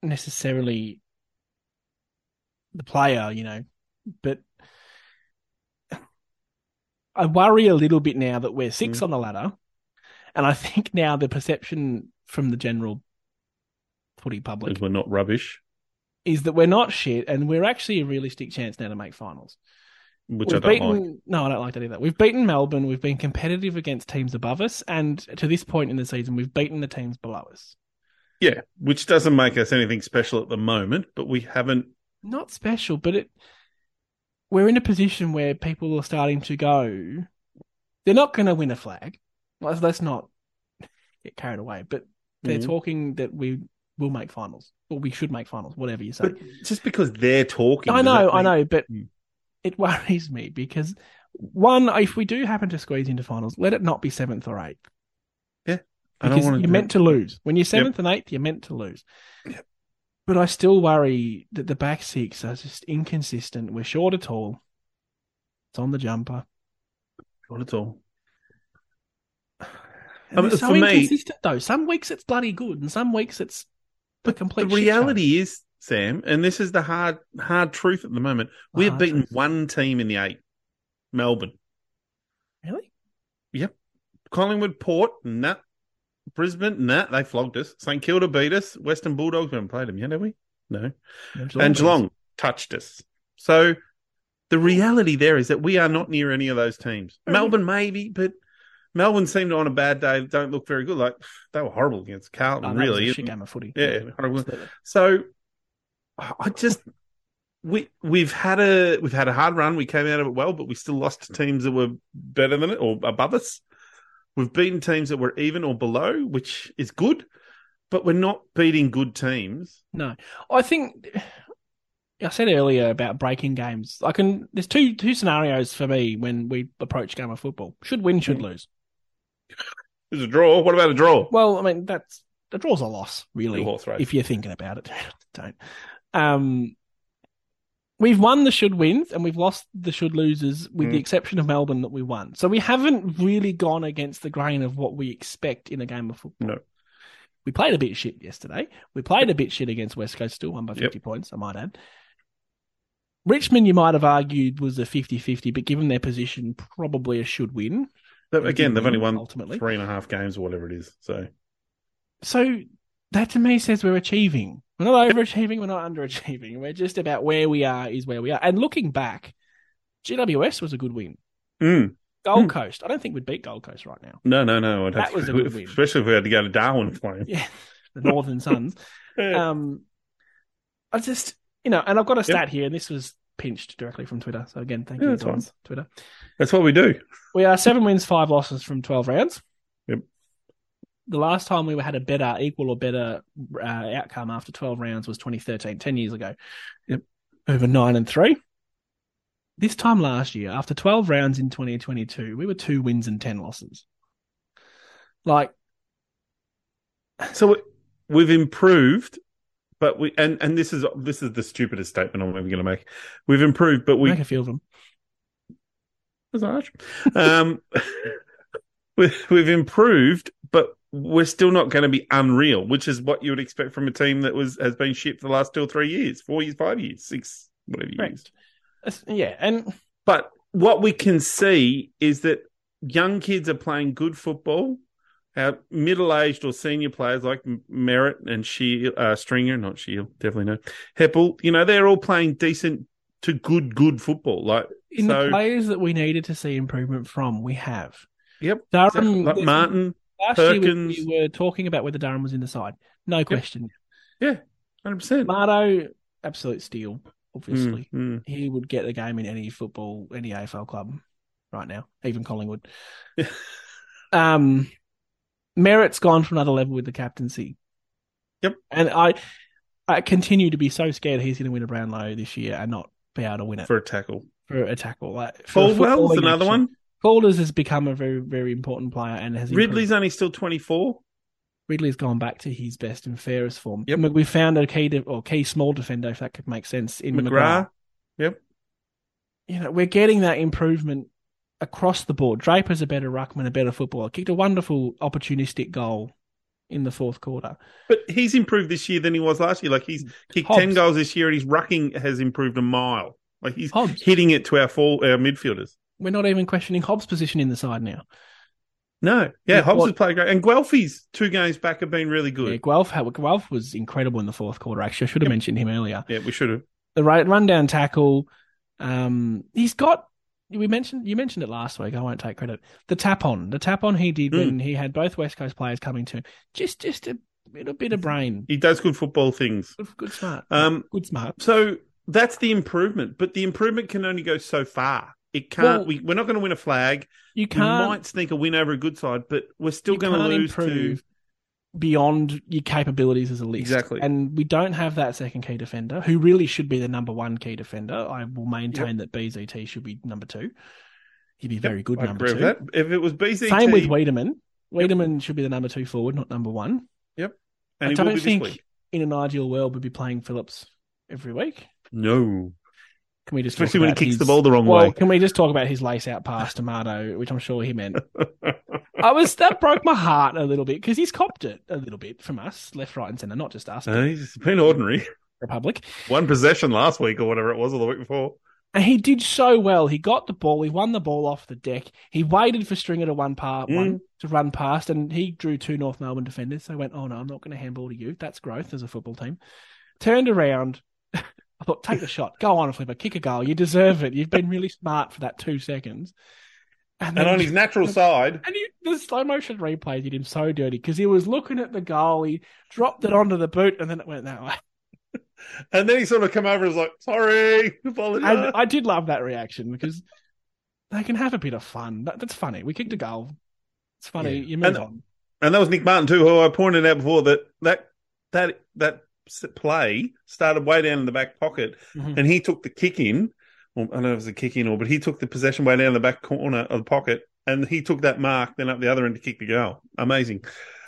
A: necessarily the player, you know, but I worry a little bit now that we're six
B: Mm.
A: on the ladder. And I (laughs) think now the perception from the general footy public
B: Because we're not rubbish,
A: is that we're not shit and we're actually a realistic chance now to make finals.
B: which
A: we've
B: I don't
A: beaten,
B: like.
A: No, I don't like that either. We've beaten Melbourne, we've been competitive against teams above us, and to this point in the season, we've beaten the teams below us.
B: Yeah, which doesn't make us anything special at the moment, but we haven't.
A: Not special, but it we're in a position where people are starting to go they're not gonna win a flag. Let's, let's not get carried away, but they're
B: Mhm.
A: talking that we will make finals. Or we should make finals, whatever you say.
B: But just because they're talking,
A: I
B: does that
A: know, I
B: mean-
A: know, but
B: Mm.
A: it (laughs) worries me because one, if we do happen to squeeze into finals, let it not be seventh or eighth.
B: I don't
A: Because
B: wanna
A: you're
B: do
A: meant
B: it.
A: to lose. When you're seventh and eighth, you're meant to lose. But I still worry that the back six are just inconsistent. We're short at all. It's on the jumper.
B: Not at all.
A: And
B: I mean,
A: they're so
B: Um, for me-
A: inconsistent though. Some weeks it's bloody good, and some weeks it's the complete.
B: the
A: shit show.
B: reality is, Sam, and this is the hard hard truth at the moment.
A: The
B: we have
A: hard
B: beaten
A: truth.
B: one team in the eight, Melbourne,
A: really,
B: Collingwood, Port, nah, Brisbane, nah, they flogged us. St Kilda beat us. Western Bulldogs, we haven't played them yet, have we? No, and Geelong touched us. So the reality there is that we are not near any of those teams.
A: Mhm.
B: Melbourne, maybe, but. Melbourne seemed on a bad day, don't look very good. Like they were horrible against
A: Oh, that
B: Carlton,
A: was
B: really.
A: a shit game of footy.
B: Yeah, horrible.
A: Absolutely.
B: So I I just we we've had a we've had a hard run. We came out of it well, but we still lost to teams that were better than it or above us. We've beaten teams that were even or below, which is good, but we're not beating good teams.
A: No, I think I said earlier about breaking games. I can. There's two two scenarios for me when we approach game of football: should win, should lose.
B: There's a draw. What about a draw?
A: Well, I mean that's a draw's a loss,
B: The
A: really,
B: horse race.
A: if you're thinking about it. (laughs) Don't. Um, we've won the should wins and we've lost the should losers, with the
B: Mm.
A: exception of Melbourne that we won. So we haven't really gone against the grain of what we expect in a game of football.
B: No.
A: We played a bit shit yesterday. We played a bit shit against West Coast, still won by
B: Yep.
A: 50 points, I might add. Richmond, you might have argued, was a 50 50, but given their position, probably a should win.
B: But Again, they've only won
A: ultimately.
B: three and a half games or whatever it is. So
A: So that to me says we're achieving. We're not overachieving. We're not underachieving. We're just about where we are is where we are. And looking back, GWS was a good win.
B: Mm.
A: Gold
B: Hmm.
A: Coast. I don't think we'd beat Gold Coast right now.
B: no, no, no. I'd have
A: That
B: to-
A: was
B: (laughs)
A: a good win.
B: especially if we had to go to Darwin
A: (laughs)
B: playing.
A: Yeah, the Northern Suns.
B: (laughs) Yeah.
A: Um, I just you know, and I've got a
B: Yep.
A: stat here, and this was pinched directly from Twitter. So again, thank
B: Yeah,
A: you,
B: that's fine.
A: Don's Twitter.
B: That's what we do.
A: We are seven wins, five losses from twelve rounds.
B: Yep.
A: The last time we had a better, equal or better uh, outcome after twelve rounds was 2013, 10 years ago.
B: Yep.
A: Over nine and three. This time last year, after twelve rounds in 2022, we were two wins and ten losses. Like
B: So we- we've improved, but we and and this is this is the stupidest statement I'm ever going to make. We've improved, but we
A: make a few of them.
B: was harsh. Um, (laughs) we, we've improved, but we're still not going to be unreal, which is what you would expect from a team that was has been shit for the last two or three years, four years, five years, six, whatever
A: Correct.
B: years.
A: That's- Yeah, and
B: But what we can see is that young kids are playing good football. Our middle-aged or senior players like M- Merritt and she uh, Stringer, not Shield, definitely no Heppel. You know they're all playing decent to good, good football. Like
A: in the
B: So-
A: players that we needed to see improvement from, we have.
B: Yep.
A: Durham,
B: like Martin,
A: last
B: Perkins.
A: year we- we were talking about whether Durham was in the side. No question.
B: hundred percent. Mm,
A: Mardo, absolute steal, obviously.
B: Hmm.
A: He would get the game in any football, any AFL club right now, even
B: (laughs)
A: Collingwood. um, Merritt's gone to another level with the captaincy.
B: Yep.
A: And I, I continue to be so scared he's going to win a Brownlow this year and not be able to win it for,
B: for a tackle.
A: a tackle. Like, for a
B: Caldwell's
A: footballing
B: another
A: action.
B: one.
A: Balders has become a very, very important player and has improved.
B: Ridley's only still 24.
A: Ridley's gone back to his best and fairest form.
B: Yep.
A: Mc- We found a key de- or key small defender if that could make sense in McGrath.
B: McGrath.
A: You know, we're getting that improvement across the board. Draper's a better ruckman, a better footballer. Kicked a wonderful opportunistic goal in the fourth quarter.
B: But he's improved this year than he was last year. Like he's kicked
A: Mm. Hobbs.
B: 10 goals this year and his rucking has improved a mile. Like he's
A: Hobbs,
B: hitting it to our fall, our midfielders.
A: we're not even questioning Hobbs' position in the side now.
B: No. Yeah,
A: Yeah,
B: Hobbs
A: what-
B: has played great. And Guelphy's two games back have been really
A: Yeah,
B: good.
A: Guelph, Guelph was incredible in the fourth quarter. Actually, I should have
B: Yep.
A: mentioned him earlier.
B: Yeah, we should have.
A: the right rundown tackle. Um, he's got. We mentioned you mentioned it last week. I won't take credit. The tap on, the tap on he did
B: Mm.
A: when he had both West Coast players coming to him. Just, just a little bit of brain.
B: He does good football things.
A: Good, good smart.
B: Um,
A: good smart.
B: so that's the improvement, but the improvement can only go so far. It can't.
A: Well-
B: we, we're not going to win a flag.
A: You
B: We
A: can't.
B: might sneak a win over a good side, but we're still
A: you
B: going to
A: can't
B: lose to
A: improve beyond your capabilities as a list.
B: Exactly.
A: And we don't have that second key defender, who really should be the number one key defender. I will maintain that BZT should be number two. He'd be very good
B: I
A: number
B: agree
A: two.
B: with that. If it was BZT,
A: Same with Wiedemann. Wiedemann should be the number two forward, not number one.
B: and
A: I
B: he will
A: don't
B: be this
A: think
B: week.
A: in an ideal world we'd be playing Phillips every week.
B: No,
A: Can we just talk
B: especially when he
A: about
B: kicks
A: his-
B: the ball the wrong
A: Well,
B: way.
A: can we just talk about his lace out pass to Mardo, which I'm sure he
B: (laughs)
A: meant? I was that broke my heart a little bit because he's copped it a little bit from us, left, right, and centre, not just us,
B: Uh, he's been ordinary. (laughs)
A: Republic.
B: One possession last week or whatever it was, or the week before.
A: And he did so well. He got the ball. He won the ball off the deck. He waited for Stringer to one par
B: Mm.
A: one to run past, and he drew two North Melbourne defenders. So he went, "Oh no, I'm not going to handball to you. That's growth as a football team." Turned around. (laughs) I thought, "Take the shot. Go on, Flipper. Kick a goal. You deserve it. You've been really smart for that two seconds." And
B: And on his natural side,
A: and he, the slow motion replay did him so dirty because he was looking at the goal. He dropped it onto the boot, and then it went that way. (laughs)
B: and then he sort of come over and was like, "Sorry,
A: I,
B: apologize."
A: I did love that reaction because they can have a bit of fun. That, that's funny. We kicked a goal. It's funny.
B: Yeah.
A: You move
B: And-
A: on.
B: And that was Nick Martin too, who I pointed out before that that that that s- play started way down in the back pocket, (laughs)
A: Mhm.
B: and he took the kick in. Well, I don't know if it was a kick in or, but he took the possession way down in the back corner of the pocket, and he took that mark then up the other end to kick the goal. Amazing.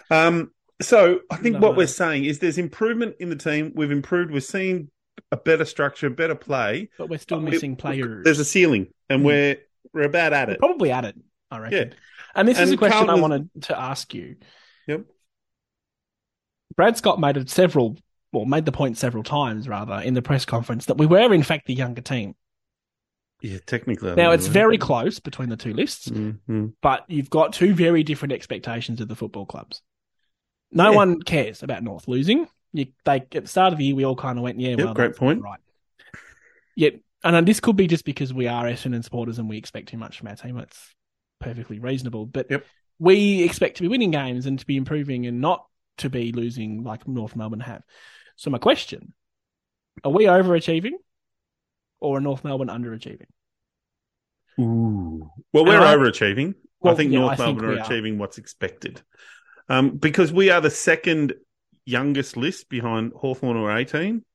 B: Um, so I think
A: No,
B: what
A: no.
B: we're saying is there's improvement in the team. We've improved. We're seeing a better structure, better play.
A: But we're still
B: Uh, we-
A: missing players.
B: There's a ceiling, and
A: Hmm.
B: we're we're about at
A: We're
B: it.
A: probably at it, I reckon.
B: Yeah.
A: And this is a
B: And
A: question I
B: Carlton-
A: wanted to ask you.
B: Yep.
A: Brad Scott made it several, well, made the point several times rather in the press conference that we were in fact the younger team.
B: Yeah, technically. I
A: Now
B: don't
A: it's
B: know.
A: very close between the two lists.
B: Mhm.
A: but you've got two very different expectations of the football clubs. No
B: Yeah.
A: one cares about North losing. You, they at the start of the year, we all kind of went, "Yeah,
B: Yep,
A: well,
B: great
A: that's
B: point.
A: right?" Yet, and then this could be just because we are Essendon supporters and we expect too much from our team. That's perfectly reasonable, but
B: Yep.
A: we expect to be winning games and to be improving and not to be losing like North Melbourne have. So, my question: Are we overachieving? or a North Melbourne underachieving.
B: Ooh. Well, we're
A: And I-
B: overachieving.
A: Well,
B: I think
A: yeah, I
B: North
A: think
B: Melbourne
A: we
B: are
A: are.
B: achieving what's expected. Um, because we are the second youngest list behind Hawthorn, who are 18.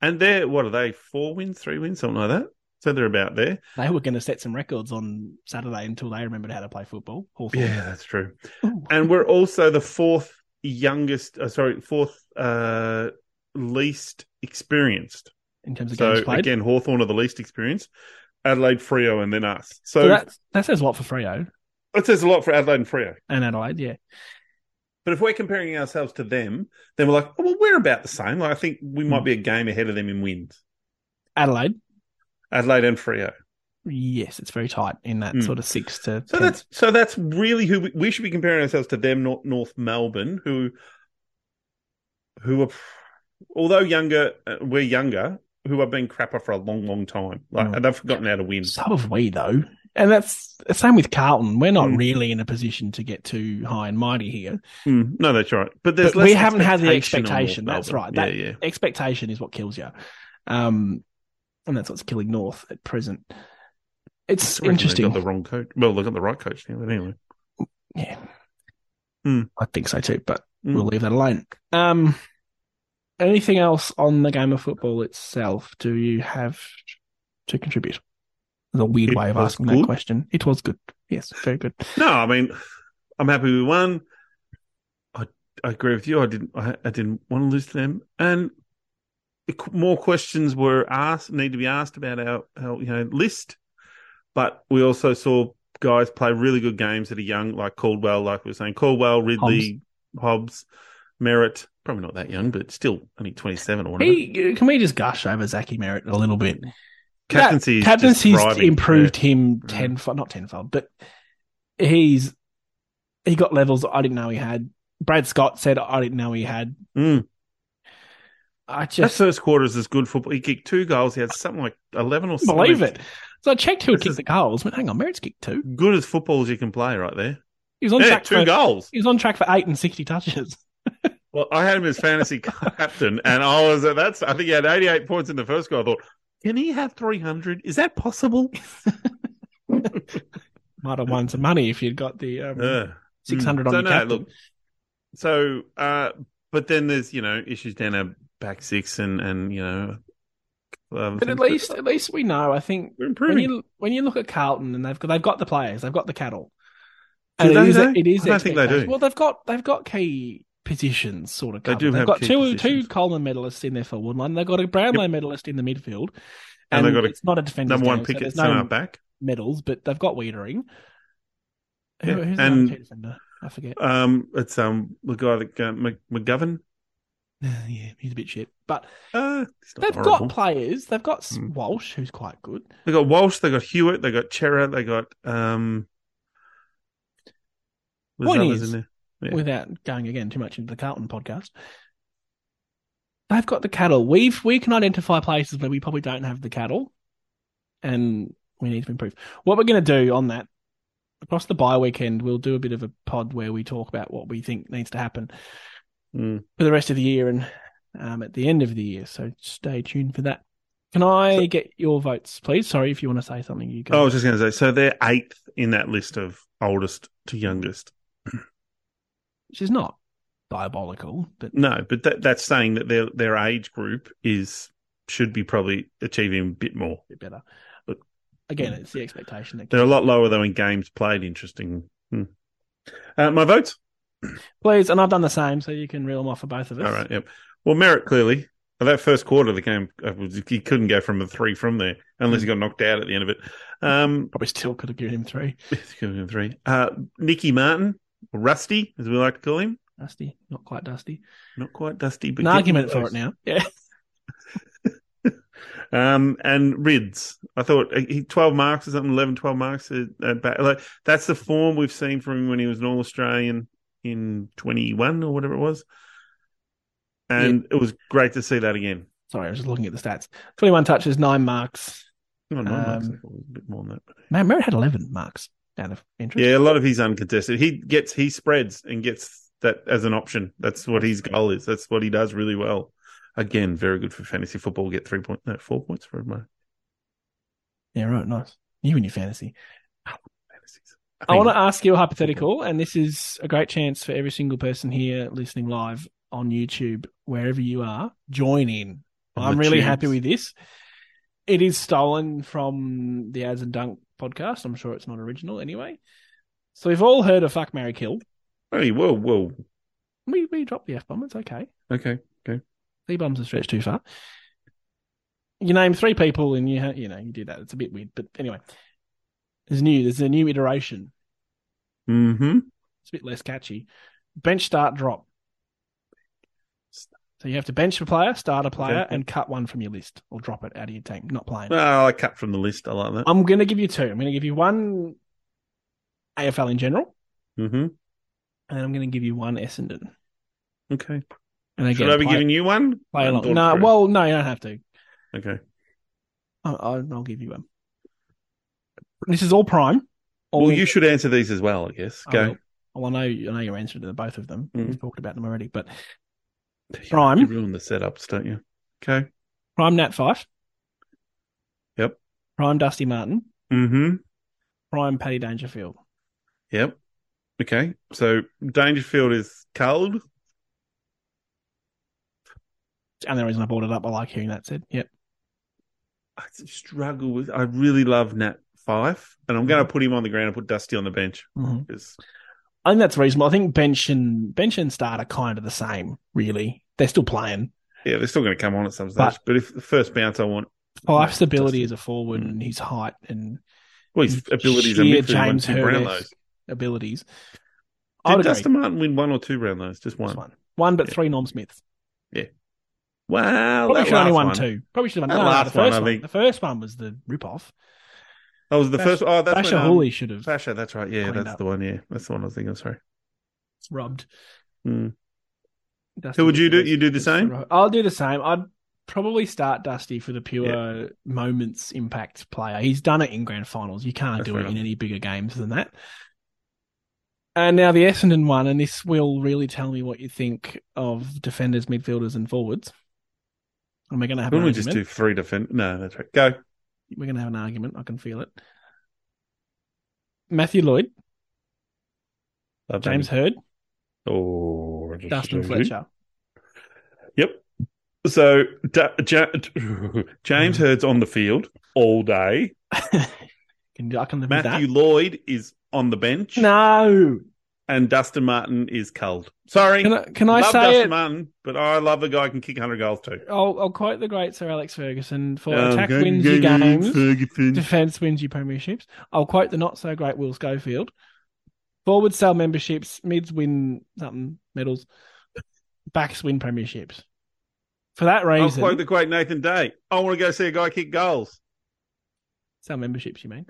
B: And they're, what are they, four wins, three wins, something like that? So they're about there.
A: They were going to set some records on Saturday until they remembered how to play football. Hawthorn.
B: Yeah,
A: (laughs)
B: that's true.
A: Ooh.
B: And we're also the fourth youngest, uh, sorry, fourth uh, least experienced.
A: in terms of
B: So
A: games played.
B: again, Hawthorn are the least experienced, Adelaide, Frio, and then us. So,
A: so that, that says a lot for Freo
B: that says a lot for Adelaide and Frio.
A: and Adelaide. Yeah,
B: But if we're comparing ourselves to them, then we're like, oh, well, we're about the same. Like, I think we
A: Hmm.
B: might be a game ahead of them in wins.
A: Adelaide.
B: Adelaide and Frio.
A: Yes, it's very tight in that
B: Mm.
A: sort of six to.
B: So
A: 10.
B: that's so that's really who we, we should be comparing ourselves to them, not North Melbourne, who who are although younger, uh, we're younger, who have been crapper for a long, long time. Like
A: Mm.
B: and they've forgotten how to win.
A: so have we though, and that's the same with Carlton. We're not
B: Mm.
A: really in a position to get too high and mighty here.
B: Mm, no, that's right. But there's
A: But
B: less
A: we haven't had the
B: on
A: expectation,
B: North
A: that's
B: Melbourne.
A: right.
B: yeah, yeah.
A: Expectation is what kills you, um, and that's what's killing North at present. It's
B: I reckon
A: interesting.
B: They got the wrong coach. Well, they got the right coach now. But anyway,
A: Yeah.
B: Mm.
A: I think so too, but
B: Mm.
A: we'll leave that alone. Um, anything else on the game of football itself do you have to contribute? The weird
B: It
A: way of
B: was
A: asking
B: good.
A: that question. It was good. Yes, very good.
B: No, I mean, I'm happy we won. I, I agree with you. I didn't. I, I didn't want to lose to them, and qu- more questions were asked. Need to be asked about our, our you know list, but we also saw guys play really good games that are young, like Caldwell, like we were saying, Caldwell, Ridley, Hobbs, Merritt. Probably not that young, but still only 27 or whatever.
A: Hey, can we just gush over Zachy Merritt a little bit?
B: captaincy, is just
A: captaincy's
B: thriving.
A: improved him
B: Yeah.
A: tenfold, not tenfold, but he's he got levels I didn't know he had. Brad Scott said I didn't know he had.
B: Yeah. Mm.
A: I
B: That
A: just
B: first quarter is as good football. He kicked two goals. He had something like 11 or something.
A: believe it. So I checked who had
B: This
A: kicked
B: is-
A: the goals. But hang on, Merritt's kicked two.
B: good as football as you can play right there.
A: He was on
B: yeah,
A: track
B: two
A: for
B: goals.
A: he was on track for eight and sixty touches.
B: Well, I had him as fantasy (laughs) captain, and I was at that's. I think he had 88 points in the first goal. I thought, can he have 300? Is that possible?
A: Might have won some money if you'd got the um,
B: Yeah.
A: six hundred on
B: So
A: your
B: no,
A: captain.
B: look. So, uh, but then there's you know issues down our back six, and and you know, um,
A: but at least at least we know. I think
B: we're
A: when
B: improving.
A: you when you look at Carlton and they've got they've got the players, they've got the cattle.
B: Do
A: it
B: they,
A: is-
B: though?
A: it is
B: I don't think they do.
A: expectation. Well, they've got they've got key positions sort of.
B: They
A: Covered.
B: do
A: They have got
B: have key
A: two
B: positions.
A: two Coleman medalists in their forward line. They've got a Brownlow medalist in the midfield, and,
B: And they've got a
A: it's not a defender's
B: Number one
A: game, so
B: pick at
A: there's
B: centre
A: no
B: back.
A: medals, but they've got Wiedering. Who,
B: Yeah,
A: Who's
B: and-
A: and, the key defender? I forget. (sighs)
B: Um, it's um the guy that uh, Mc- McGovern.
A: yeah, he's a bit shit, but
B: Uh, he's not
A: They've
B: horrible.
A: got players. They've got S-
B: Mm.
A: Walsh, who's quite good.
B: They got Walsh, they got Hewitt, they got Chera, they got um. there's
A: Point
B: others
A: is-
B: in there. Yeah.
A: Without going again too much into the Carlton podcast, they've got the cattle. We've we can identify places where we probably don't have the cattle, and we need to improve. What we're going to do on that across the bye weekend, we'll do a bit of a pod where we talk about what we think needs to happen
B: Mm.
A: for the rest of the year and um, at the end of the year. So stay tuned for that. Can I
B: So-
A: get your votes, please? Sorry if you want to say something. You
B: Oh, I
A: go.
B: was just going to say, so they're eighth in that list of oldest to youngest.
A: which is not diabolical, but
B: No, but that that's saying that their their age group is should be probably achieving a bit more.
A: bit better.
B: But-
A: again, it's the expectation that
B: They're a lot lower though in games played. Interesting. Hmm. Uh, my votes.
A: please, and I've done the same, so you can reel them off for both of us.
B: All right. Yep. Well, Merritt clearly. That first quarter of the game, uh, was- he couldn't go from a three from there unless he got knocked out at the end of it. Um,
A: Probably still could have given him three.
B: It's giving him three. Uh, Nicky Martin, or Rusty, as we like to call him.
A: Dusty, not quite dusty.
B: Not quite Dusty, but
A: An
B: getting
A: argument for
B: close.
A: it now. Yeah, (laughs)
B: Um, and Rids. I thought uh, he, 12 marks or something, 11, 12 marks at, at bat. Like, that's the form we've seen from him when he was an All Australian in 21 or whatever it was. And it was great to see that again.
A: sorry, I was just looking at the stats. Twenty-one touches, nine marks.
B: Oh, nine marks,
A: Um,
B: a bit more than that.
A: Man, Merritt had eleven marks out of interest.
B: Yeah, a lot of he's uncontested. He gets he spreads and gets that as an option. That's what his goal is. That's what he does really well. Again, very good for fantasy football. Get three points, no, four points for my
A: Yeah, right. Nice. You and your fantasy.
B: Fantasies.
A: I want to ask you a hypothetical, and this is a great chance for every single person here listening live on YouTube, wherever you are, join in.
B: On the
A: I'm really
B: tubes.
A: happy with this. It is stolen from the Ads and Dunk podcast. I'm sure it's not original anyway. So we've all heard of Fuck Mary Kill.
B: Hey, whoa, whoa.
A: We we dropped the F bomb, it's okay.
B: Okay.
A: The bombs are stretched too far. You name three people and you ha- you know, you do that. It's a bit weird. But anyway. There's new there's a new iteration.
B: Mm-hmm.
A: It's a bit less catchy. Bench start drop. So you have to bench a player, start a player,
B: Okay.
A: and cut one from your list or drop it out of your team. Not playing.
B: Oh, I cut from the list. I like that.
A: I'm going to give you two. I'm going to give you one AFL in general,
B: Mm-hmm.
A: and I'm going to give you one Essendon.
B: Okay.
A: And again,
B: Should I be
A: play,
B: giving you one?
A: play
B: I'm
A: along.
B: thought
A: No,
B: through.
A: well, no, you don't have to.
B: Okay.
A: I'll, I'll I'll give you one. This is all prime. All
B: Well, you should answer these as well, I guess.
A: I
B: Go.
A: will. Well, I know I know your answer to the both of them.
B: Mm.
A: We've talked about them already, but
B: You
A: prime,
B: ruin the setups, don't you? Okay.
A: prime Nat Fife.
B: Yep.
A: Prime Dusty Martin.
B: Mm-hmm.
A: Prime Paddy Dangerfield.
B: Yep. Okay. So Dangerfield is cold.
A: It's the only reason I brought it up. I like hearing that said. Yep.
B: I struggle with. I really love Nat Fife, and I'm
A: Mm.
B: going to put him on the ground and put Dusty on the bench.
A: Mhm.
B: 'cause-
A: I think that's reasonable. I think bench and bench and start are kind of the same, really. They're still playing.
B: yeah, they're still going to come on at some stage.
A: But-
B: But, if the first bounce, I want.
A: Five
B: Yeah,
A: stability
B: Dusty.
A: as a forward
B: Mm.
A: and his height and
B: Well, his abilities are
A: sheer
B: midfield
A: James
B: James
A: Hurd
B: Brownlows.
A: abilities. I
B: Did
A: would
B: Dustin
A: agree.
B: Martin win one or two Brownlows? Just one.
A: Just One. One, but
B: Yeah.
A: three Norm Smiths.
B: Wow,
A: Probably should
B: that
A: have
B: last
A: only won
B: one.
A: two. Probably should have
B: That
A: won no, no,
B: last
A: the first
B: one, I
A: one.
B: think.
A: The first one was the rip-off.
B: That was the
A: Basha-
B: first. Oh, that's
A: Basha
B: when, um,
A: Hooley should have
B: Basha, that's right. Yeah,
A: Cleaned
B: that's
A: up.
B: the one. Yeah, that's the one I was thinking. of, Sorry.
A: rubbed.
B: Mm.
A: Dusty
B: Who would you do-
A: was-
B: you do the
A: was-
B: same?
A: I'll do the same. I'd probably start Dusty for the pure moments impact player. He's done it in grand finals. You can't
B: That's
A: do it
B: fair
A: in
B: enough.
A: any bigger games than that. And now the Essendon one, and this will really tell me what you think of defenders, midfielders, and forwards. And we're going to have an
B: Couldn't we
A: argument.
B: just do three defend? No, that's right. Go.
A: We're going to have an argument. I can feel it. Matthew Lloyd,
B: Love
A: James
B: Danny.
A: Hurd,
B: Oh, I just-
A: Dustin Fletcher.
B: Yep. So da- ja- (laughs)
A: Hmm.
B: James Hurd's on the field all day.
A: Can I can live with
B: Matthew Lloyd is on the bench,
A: that. No,
B: and Dustin Martin is culled. Sorry,
A: can I, can I
B: love
A: say
B: Dustin
A: it?
B: Martin, but I love a guy who can kick hundred goals too.
A: I'll, I'll quote the great Sir Alex Ferguson for
B: Um,
A: attack
B: go-
A: wins
B: go-
A: you
B: go-
A: games,
B: Ferguson.
A: defence wins you premierships. I'll quote the not so great Will Schofield. Forward sell memberships, mids win something, medals, backs win premierships. For that
B: I'll
A: reason,
B: quote the great Nathan Day. I want to go see a guy kick goals.
A: sell memberships, you mean?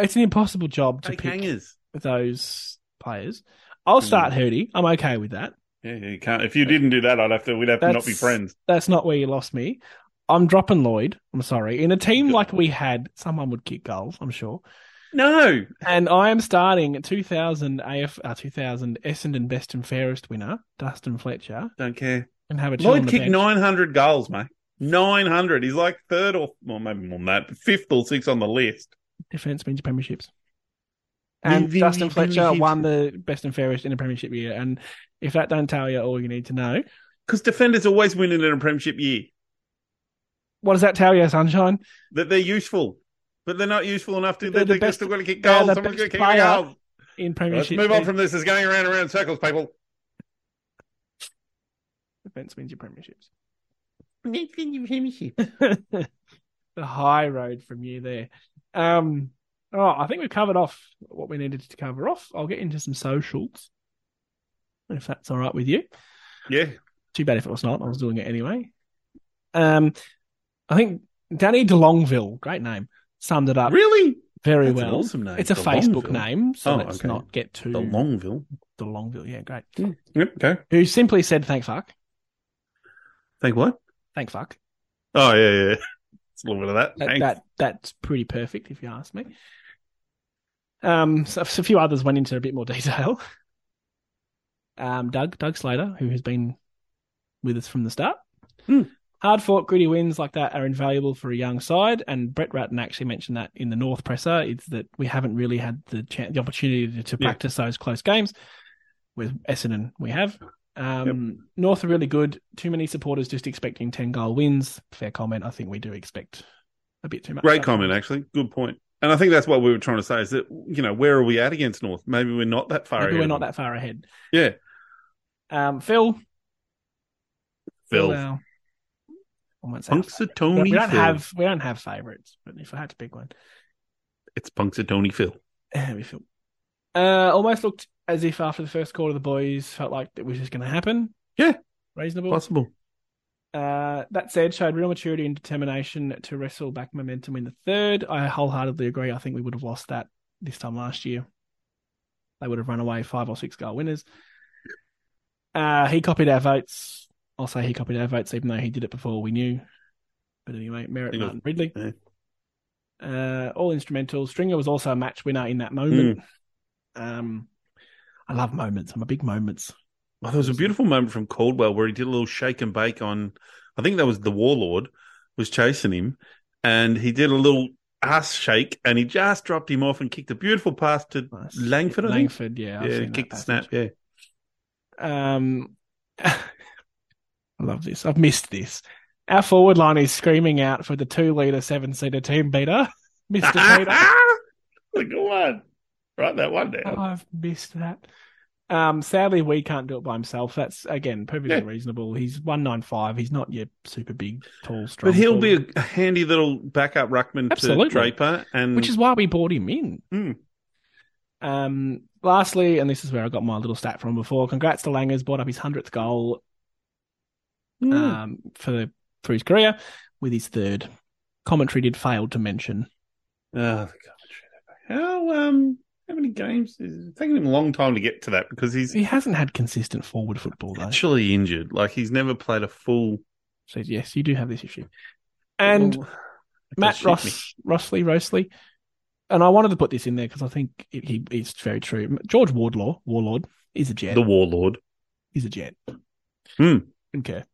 A: It's an impossible job to
B: Take
A: pick
B: hangers.
A: those players. I'll
B: Hmm.
A: start Hurdy. I'm okay with that.
B: Yeah, you can't. If you didn't do that, I'd have to. We'd have to not be
A: That's-
B: friends.
A: That's not where you lost me. I'm dropping Lloyd. I'm sorry. In a team like we had, someone would kick goals, I'm sure.
B: No,
A: And I am starting at 2000 AF uh, 2000 Essendon Best and Fairest winner Dustin Fletcher
B: don't care.
A: and have a chill on
B: Lloyd
A: the
B: kicked
A: bench.
B: 900 goals, mate. 900. He's like third or, well, maybe more than that, but fifth or sixth on the list.
A: defense means premierships. And
B: Win, win,
A: Dustin
B: win,
A: Fletcher
B: win, win.
A: won the Best and Fairest in a premiership year. And if that don't tell you all you need to know,
B: Because defenders always win in a premiership year.
A: what does that tell you, Sunshine?
B: That they're useful, but they're not useful enough to.
A: They're
B: They're,
A: the
B: they're
A: best-
B: still going to kick
A: they're
B: goals.
A: the
B: Someone's going
A: best
B: to kick
A: player
B: goals.
A: In
B: Let's
A: premiership,
B: move on from this. It's going around and around in circles, people.
A: defense means your premierships. (laughs) the high road from you there. Um, oh, I think we've covered off what we needed to cover off. I'll get into some socials if that's all right with you.
B: Yeah.
A: Too bad if it was not. I was doing it anyway. Um, I think Danny DeLongville, great name, summed it up
B: really?
A: very
B: That's an
A: well.
B: awesome name.
A: It's a
B: The
A: Facebook
B: Longville.
A: name, so
B: Oh,
A: let's
B: okay.
A: not get too
B: The Longville.
A: DeLongville. Yeah, great.
B: Yep. Okay.
A: Who simply said thank fuck,
B: Think what?
A: thank fuck.
B: Oh, yeah, yeah. (laughs) It's a little bit of that.
A: That,
B: Thanks.
A: that that's pretty perfect, if you ask me. Um, so, so a few others went into a bit more (laughs) detail. Um, Doug Doug Slater, who has been with us from the start,
B: Hmm.
A: Hard fought, gritty wins like that are invaluable for a young side. And Brett Ratton actually mentioned that in the North presser. It's that we haven't really had the chan the opportunity to, to
B: Yeah.
A: practice those close games. With Essendon, we have. Um, North are really good. Too many supporters just expecting 10 goal wins. Fair comment. I think we do expect a bit too much.
B: Great
A: sometimes.
B: comment, actually. Good point. And I think that's what we were trying to say is that, you know, where are we at against North? Maybe we're not that far
A: Maybe
B: ahead
A: we're
B: of
A: not
B: them.
A: that far ahead.
B: Yeah.
A: Um, Phil,
B: Phil.
A: uh, I won't say
B: Punxsutawney
A: we don't
B: Phil.
A: have we don't have favorites, but if I had to pick one,
B: It's Punxsutawney Phil.
A: we feel. Uh, almost looked as if after the first quarter, the boys felt like it was just going to happen.
B: Yeah.
A: reasonable.
B: Possible.
A: Uh, that said, showed real maturity and determination to wrestle back momentum in the third. I wholeheartedly agree. I think we would have lost that this time last year. They would have run away five or six goal winners. Uh, he copied our votes. I'll say he copied our votes, even though he did it before we knew. But anyway, Merritt,
B: He "Eh." was-
A: Martin, Ridley.
B: Yeah.
A: Uh, all instrumental. Stringer was also a match winner in that moment.
B: Hmm.
A: Um, I love moments. I'm a big moments.
B: Oh, there was a beautiful moment from Caldwell where he did a little shake and bake on, I think that was the Warlord was chasing him, and he did a little ass shake and he just dropped him off and kicked a beautiful pass to
A: Nice.
B: Langford, I think.
A: Langford, yeah. I've
B: yeah,
A: seen that
B: kicked the
A: passage.
B: snap. Yeah.
A: Um, (laughs) I love this. I've missed this. Our forward line is screaming out for the two leader, seven seater team beater, (laughs)
B: (laughs)
A: Mr. Peter.
B: That's a good one. Write that one down.
A: I've missed that. Um, sadly, we can't do it by himself. That's again perfectly
B: Yeah.
A: reasonable. He's one nine five. He's not your super big, tall, strong.
B: But he'll be
A: forward,
B: a- a handy little backup ruckman
A: Absolutely.
B: to Draper, and
A: which is why we brought him in.
B: Mm.
A: Um, lastly, and this is where I got my little stat from before. Congrats to Langers, brought up his hundredth goal
B: Mm.
A: um, for for his career with his third. Commentary did fail to mention.
B: Oh, the commentary. How um how many games? It's taken him a long time to get to that because he's
A: He hasn't had consistent forward football though.
B: actually injured. Like he's never played a full.
A: So yes, you do have this issue. And
B: Well,
A: Matt
B: that does
A: Ross
B: shit
A: Rossley Rossley, and I wanted to put this in there because I think it, he it's very true. George Wardlaw Warlord is a
B: me.
A: jet.
B: the warlord.
A: He's a jet.
B: Hmm.
A: Okay.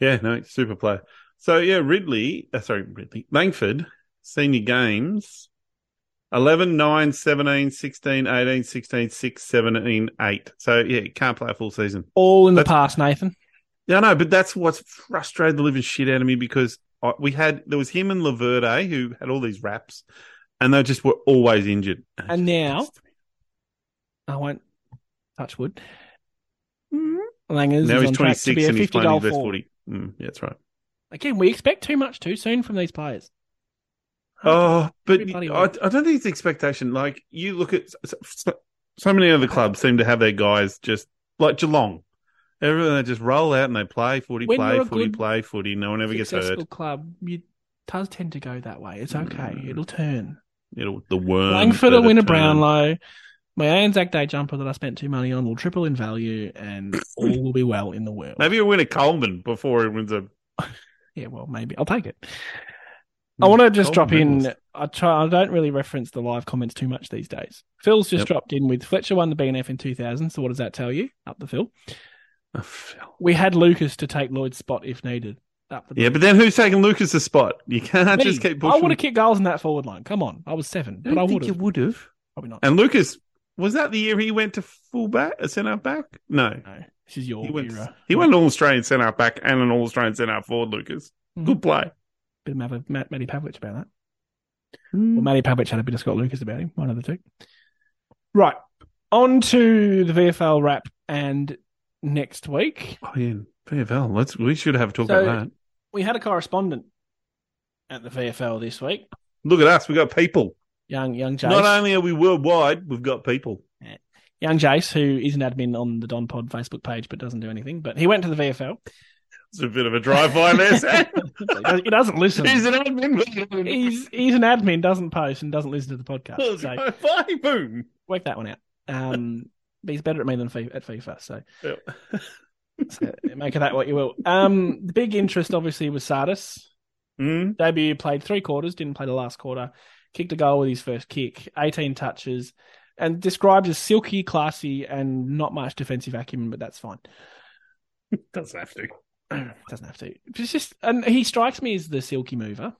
B: Yeah, no, super player. So yeah, Ridley. Uh, sorry, Ridley Langford. Senior games. 11, 9, 17, 16, 18, 16, 6, 17, 8. So, yeah, can't play a full season.
A: All in the
B: That's-
A: past, Nathan.
B: Yeah, no, but that's what's frustrated the living shit out of me because I, we had there was him and Laverde who had all these raps, and they just were always injured.
A: And now- I won't touch wood. Langers
B: Mm-hmm. now
A: is
B: he's
A: on track
B: twenty
A: to
B: six
A: be a
B: and he's
A: fifty
B: playing
A: goal
B: his best
A: forward.
B: forty. Mm, yeah, that's right.
A: Again, we expect too much too soon from these players.
B: Oh, but
A: Everybody
B: I, I
A: wins.
B: don't think it's expectation. Like you look at so, so, so many other clubs seem to have their guys just like Geelong. Everyone they just roll out and they play footy,
A: When
B: play
A: you're a
B: footy,
A: good,
B: play footy. No one ever gets
A: successful
B: hurt.
A: club, you does tend to go that way. It's okay.
B: Mm.
A: It'll turn.
B: It'll the worm.
A: Langford will win a
B: turn.
A: Brownlow. My Anzac Day jumper that I spent two money on will triple in value,
B: (coughs)
A: and all will be well in the world.
B: Maybe he'll win a Coleman before he wins a.
A: Yeah, well, maybe I'll take it. I
B: Mm.
A: want to just
B: Coleman
A: drop in.
B: medalist.
A: I try. I don't really reference the live comments too much these days. Phil's just
B: Yep.
A: dropped in with Fletcher won the BNF in 2000. So what does that tell you? Up the Phil. (laughs)
B: Oh, Phil.
A: We had Lucas to take Lloyd's spot if needed. Up the
B: Yeah, but then who's taking Lucas's spot? You can't just keep pushing.
A: I would have kicked goals in that forward line. Come on, I was seven,
B: Don't
A: but I
B: think
A: would
B: you
A: have
B: would have.
A: probably not.
B: And Lucas was that the year he went to full back, centre back? No,
A: No, this is your
B: He went,
A: era.
B: he went an All Australian centre half back and an All Australian centre half forward, Lucas.
A: Mhm.
B: Good play.
A: Bit of Mav- Matt, Matty Pavlich about that.
B: Hmm.
A: Well, Matty Pavlich had a bit of Scott Lucas about him. One of the two. Right. On to the VFL wrap and next week.
B: Oh, yeah. VFL. Let's, we should have talked
A: So-
B: about that.
A: We had a correspondent at the VFL this week.
B: Look at us. We've got people.
A: Young young Jace.
B: Not only are we worldwide, we've got people.
A: young Jace, who is an admin on the Don Pod Facebook page but doesn't do anything. But he went to the VFL.
B: (laughs) It's a bit of a drive by there, (laughs) Sam.
A: he doesn't listen.
B: He's
A: (laughs)
B: an admin.
A: he's he's an admin, doesn't post, and doesn't listen to the podcast.
B: (laughs)
A: So
B: Drive by, boom.
A: work that one out. Um, but he's better at me than FIFA, at FIFA, so,
B: Yep.
A: (laughs) so make of that what you will. Um, the big interest obviously was Sardis.
B: Mm.
A: Debut played three quarters, didn't play the last quarter. Kicked a goal with his first kick, eighteen touches, and described as (clears throat) silky, classy, and not much defensive acumen, but that's fine.
B: Doesn't have to.
A: Doesn't have to. It's just, and he strikes me as the silky mover.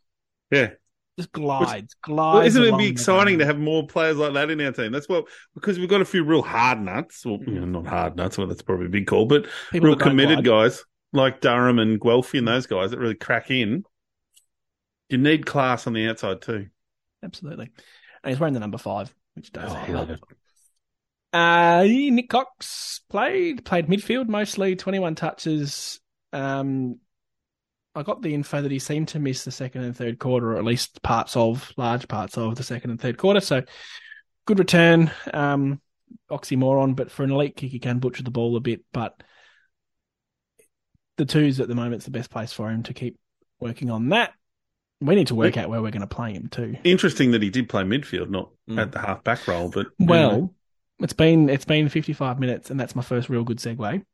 B: Yeah.
A: Just glides, glides.
B: Well, isn't it
A: along
B: be
A: the
B: exciting
A: ground.
B: to have more players like that in our team? That's what because we've got a few real hard nuts. Well, you know, not hard nuts. Well, that's probably a big call, but
A: People
B: real
A: that don't
B: committed
A: glide.
B: guys like Durham and Guelphy and those guys that really crack in. You need class on the outside too.
A: Absolutely. And he's wearing the number five, which does
B: Oh, I
A: help.
B: love it.
A: Uh, Nick Cox played played midfield mostly, twenty one touches. Um, I got the info that he seemed to miss the second and third quarter, or at least parts of large parts of the second and third quarter. So good return, um, oxymoron. But for an elite kick, he can butcher the ball a bit. But the twos at the moment's the best place for him to keep working on that. We need to work out where we're going to play him too.
B: Interesting that he did play midfield, not
A: Mm.
B: at the half back role, but
A: (laughs) Well, it's been it's been 55 minutes, and that's my first real good segue.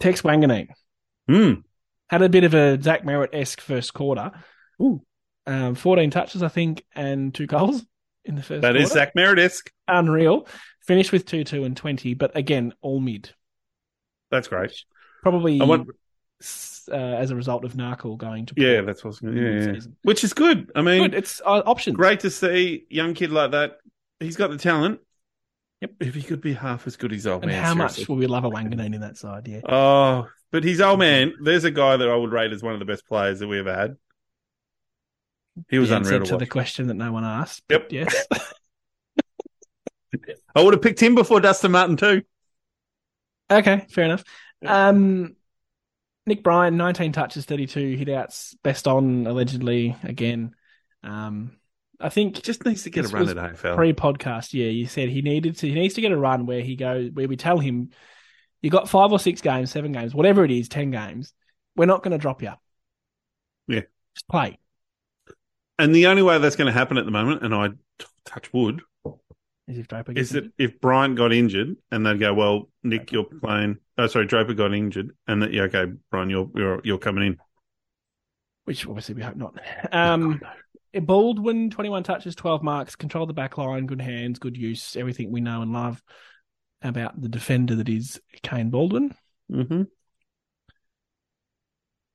A: Tex Wanganeen
B: anyway. Mm.
A: had a bit of a Zach Merritt esque first quarter.
B: Ooh.
A: Um, 14 touches, I think, and two goals in the
B: Hmm,
A: first.
B: that is
A: quarter.
B: Zach Meredith.
A: unreal. Finished with two, two, and 20, but again, all mid.
B: That's great.
A: Probably
B: I want,
A: s- uh, as a result of Narcal going to
B: yeah, that's what's
A: poor
B: yeah,
A: in the
B: yeah.
A: season.
B: which is good. I mean,
A: Good, it's uh, options.
B: (laughs) great to see young kid like that. He's got the talent.
A: Yep.
B: If he could be half as good as old
A: And
B: man,
A: how
B: seriously.
A: much will we love a Wanganeen in that side? Yeah,
B: Oh, but he's old man. There's a guy that I would rate as one of the best players that we ever had. He was
A: The answer
B: unreal to
A: to the
B: watch.
A: question that no one asked.
B: Yep.
A: Yes.
B: I would have picked him before Dustin Martin too.
A: Okay, fair enough. Um, Nick Bryan, 19 touches, 32 hit outs, best on allegedly again. Um, I
B: He
A: think
B: just needs to get
A: This
B: a run
A: was
B: at AFL.
A: pre-podcast, yeah, you said he needed to. He needs to get a run where he goes, where we tell him, you got five or six games, seven games, whatever it is, ten games. We're not going to drop you.
B: Yeah.
A: just play.
B: and the only way that's going to happen at the moment, and I t- touch wood,
A: Is if Draper
B: is
A: gets
B: that
A: injured.
B: if Bryant got injured and they'd go, well, Nick, you're playing. Oh, sorry, Draper got injured, and that, yeah, okay, Brian, you're you're you're coming in.
A: which obviously we hope not. (laughs) Um, Baldwin, 21 touches, 12 marks, controlled the back line, good hands, good use, everything we know and love about the defender that is Kane Baldwin.
B: Mm-hmm.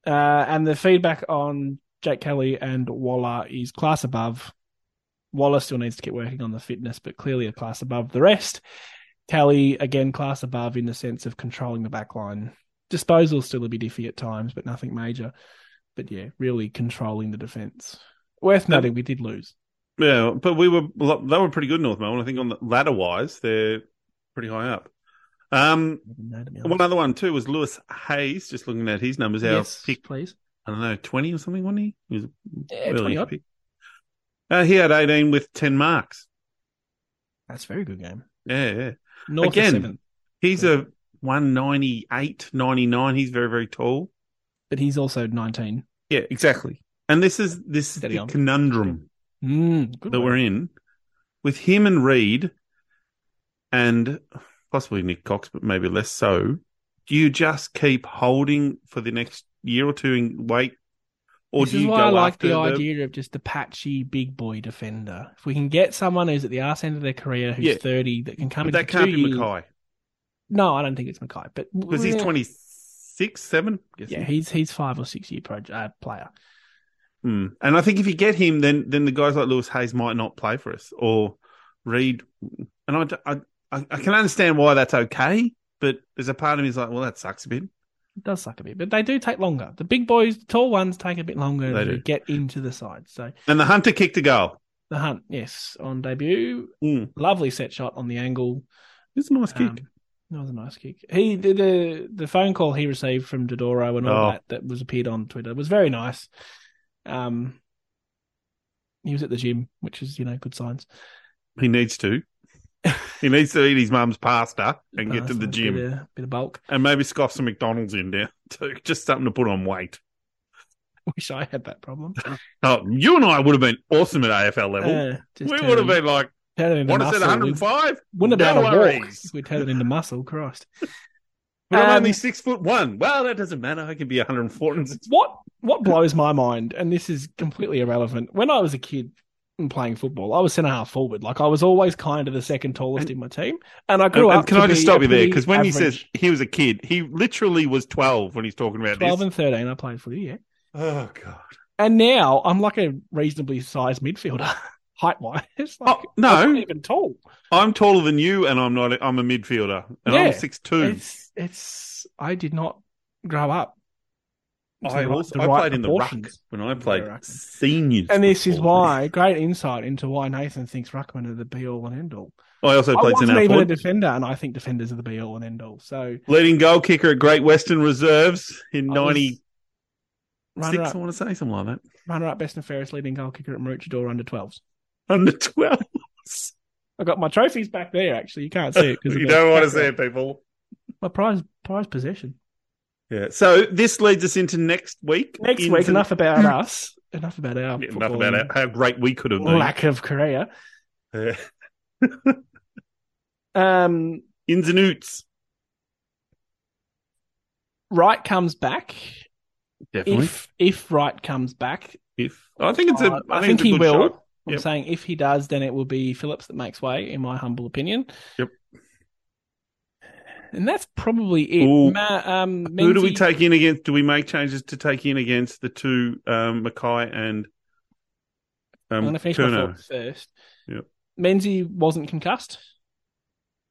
A: Uh, and the feedback on Jake Kelly and Waller is class above. Waller still needs to keep working on the fitness, but clearly a class above the rest. Kelly, again, class above in the sense of controlling the back line. Disposal still a bit iffy at times, but nothing major. But yeah, really controlling the defence.
B: Um,
A: Worth noting, we did lose.
B: Yeah, but we were they were pretty good North Melbourne. I think on the ladder wise, they're pretty high up. Um,
A: No, to be honest.
B: one other one too was Lewis Hayes. Just looking at his numbers, our
A: yes,
B: pick
A: please.
B: I don't know twenty or something, wasn't he? He was
A: Yeah,
B: early
A: 20 odd.
B: pick. Uh, he had eighteen with ten marks.
A: That's a very good game.
B: Yeah, yeah.
A: North of
B: Again.
A: seven,
B: He's a 198, 99. He's very, very tall.
A: but he's also 19.
B: Yeah, exactly. And this is this is
A: Steady
B: the
A: on.
B: conundrum.
A: Mm, good
B: that
A: one.
B: we're in with him and Reed and possibly Nick Cox, but maybe less so. Do you just keep holding for the next year or two and wait? Or
A: this
B: do
A: is
B: you
A: why
B: go
A: I like
B: after
A: the, idea of just a patchy big boy defender. If we can get someone who's at the arse end of their career, who's
B: Yeah.
A: 30, that can come
B: But
A: in.
B: that
A: for
B: can't
A: two
B: be
A: years-
B: Mackay
A: No, I don't think it's Mackay, but
B: because he's 26, 7.
A: Yeah, he's he's five or six year pro, uh, player.
B: Hmm. And I think if you get him, then then the guys like Lewis Hayes might not play for us or Reed. And I, d- I- I- I can understand why that's okay, but there's a part of me is like, well, that sucks a bit.
A: It does suck a bit, but they do take longer. The big boys, the tall ones, take a bit longer
B: They
A: to
B: do.
A: get into the side. So
B: And the Hunter kicked a goal.
A: the hunt, yes, on debut,
B: Hmm.
A: lovely set shot on the angle.
B: It's a nice kick.
A: Um, that was a nice kick. He the, the the phone call he received from Dodoro and all
B: Oh.
A: that that was appeared on Twitter was very nice. Um, he was at the gym, which is you know good signs.
B: He needs to. he needs to eat his mum's pasta and get
A: Uh,
B: to
A: so
B: the
A: a
B: gym
A: bit of, bit of bulk. (laughs)
B: and maybe scoff some McDonald's in there (laughs) too. Just something to put on weight.
A: Wish I had that problem.
B: Oh, you and I would have been awesome at AFL level.
A: Uh, just
B: we
A: turn
B: would have
A: it-
B: been like,
A: turn it into
B: what is it,
A: muscle.
B: 105?
A: We Wouldn't have been
B: No
A: able to walk
B: worries.
A: if we turned it into muscle.
B: (laughs)
A: Christ.
B: But I'm
A: Um,
B: only six foot one. Well, that doesn't matter. I can be 104 and six.
A: what what blows my mind, and this is completely irrelevant. When I was a kid, in playing football. I was centre half forward. Like I was always kind of the second tallest
B: And-
A: in my team, and I
B: And,
A: grew
B: and
A: up.
B: can
A: to
B: I just
A: be
B: stop
A: a
B: you there?
A: pretty
B: Because when he
A: average-
B: says he was a kid, he literally was 12 when he's talking about
A: twelve
B: this.
A: and thirteen, I played footy. Yeah,
B: Oh, God.
A: and now I'm like a reasonably sized midfielder, (laughs) height wise. Like,
B: Oh,
A: I'm not
B: no,
A: even tall.
B: I'm taller than you, and I'm not. I'm a midfielder, and
A: Yeah.
B: I'm six two.
A: It's it's. I did not grow up. to
B: I
A: the-
B: also
A: the
B: I
A: right
B: played in the ruck
A: proportions.
B: when I played
A: ruck.
B: seniors,
A: And this is
B: football.
A: why great insight into why Nathan thinks ruckmen are the be all and end all.
B: I also
A: I
B: played
A: wasn't
B: centre
A: even a
B: forward,
A: defender, and I think defenders are the be all and end all. So
B: leading goal kicker at Great Western Reserves in
A: I was
B: '96.
A: runner
B: I
A: up,
B: want to say something like that.
A: runner up, best and fairest leading goal kicker at Maroochydore under 12s.
B: Under twelve.
A: I got my trophies back there. Actually, you can't see it because
B: (laughs) you don't want to see it, people.
A: My prize prize possession.
B: Yeah. So this leads us into next week.
A: Next
B: Into-
A: week, enough about us. Enough about our
B: Hmm. Yeah, enough
A: football
B: about
A: and
B: it, how great we could have been.
A: lack of career.
B: Yeah.
A: Um,
B: Ins and outs.
A: Wright comes back.
B: Definitely. If,
A: If if Wright comes back,
B: I think it's a.
A: Uh,
B: I think, it's a
A: he
B: good
A: will.
B: shot.
A: I'm
B: Yep.
A: saying if he does, then it will be Phillips that makes way, in my humble opinion.
B: Yep.
A: And that's probably it.
B: Ooh.
A: Ma- um,
B: Who do we
A: Menzies-
B: take in against? Do we make changes to take in against the two um, Mackay and
A: I'm
B: um,
A: going to finish my
B: Turner?
A: thought first.
B: Yep.
A: Menzies wasn't concussed,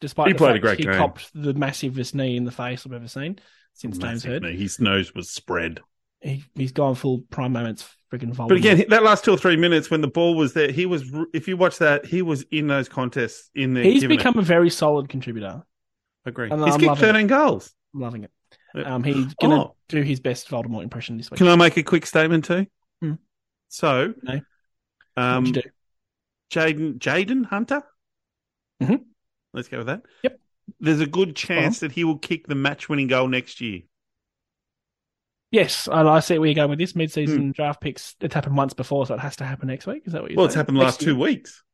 A: despite
B: He
A: the
B: played a
A: fact
B: great
A: he
B: game.
A: copped the massivest knee in the face I've ever seen since James
B: Massive
A: Heard.
B: knee. His nose was spread.
A: He, he's gone full prime moments, freaking Voldemort.
B: But again, that last two or three minutes when the ball was there, he was. If you watch that, he was in those contests. In there,
A: he's
B: giving it.
A: become a very solid contributor.
B: Agree.
A: and
B: He's
A: I'm
B: kicked
A: loving it.
B: 13 goals.
A: I'm loving it.
B: Yeah.
A: Um, he's going to
B: Oh.
A: do his best Voldemort impression this week.
B: Can I make a quick statement too?
A: Hmm.
B: So,
A: No.
B: um,
A: What'd you do?
B: Jaden Jaden Hunter.
A: Mhm.
B: Let's go with that.
A: Yep.
B: There's a good chance that he will kick the match-winning goal next year.
A: Yes, and I see where you're going with this mid-season draft picks. It's happened once before, so it has to happen next week. Is that what you're
B: Hmm. Well, it's
A: saying?
B: happened the last
A: Next year?
B: two weeks.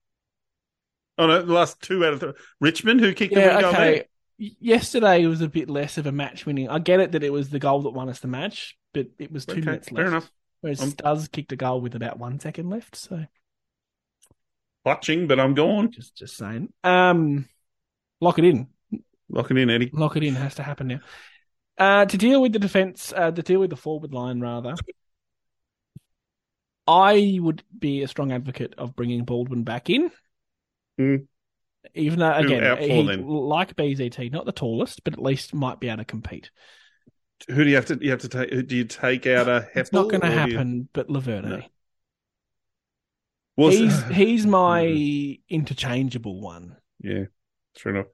B: Oh no, the last two out of three. Richmond, who kicked the
A: Yeah,
B: winning goal.
A: okay.
B: there.
A: Y- Yesterday was a bit less of a match winning. I get it that it was the goal that won us the match, but it was two
B: Okay,
A: minutes
B: fair
A: left.
B: enough. Um,
A: Whereas
B: I'm-
A: Stuz kicked a goal with about one second left. So
B: Watching, but I'm gone.
A: just just saying. Um, lock it in.
B: Lock it in, Eddie.
A: Lock it in has to happen now. Uh, to deal with the defense, uh, to deal with the forward line rather. I would be a strong advocate of bringing Baldwin back in.
B: Hmm.
A: Even though,
B: Who
A: again,
B: out for
A: he,
B: then?
A: like BZT, not the tallest, but at least might be able to compete.
B: Who do you have to? You have to take. who- Do you take out a?
A: It's not
B: Heppel,
A: going to
B: or do you-
A: happen, but Laverne.
B: No. Well, s-
A: he's
B: (laughs)
A: he's my interchangeable one.
B: Yeah, true enough.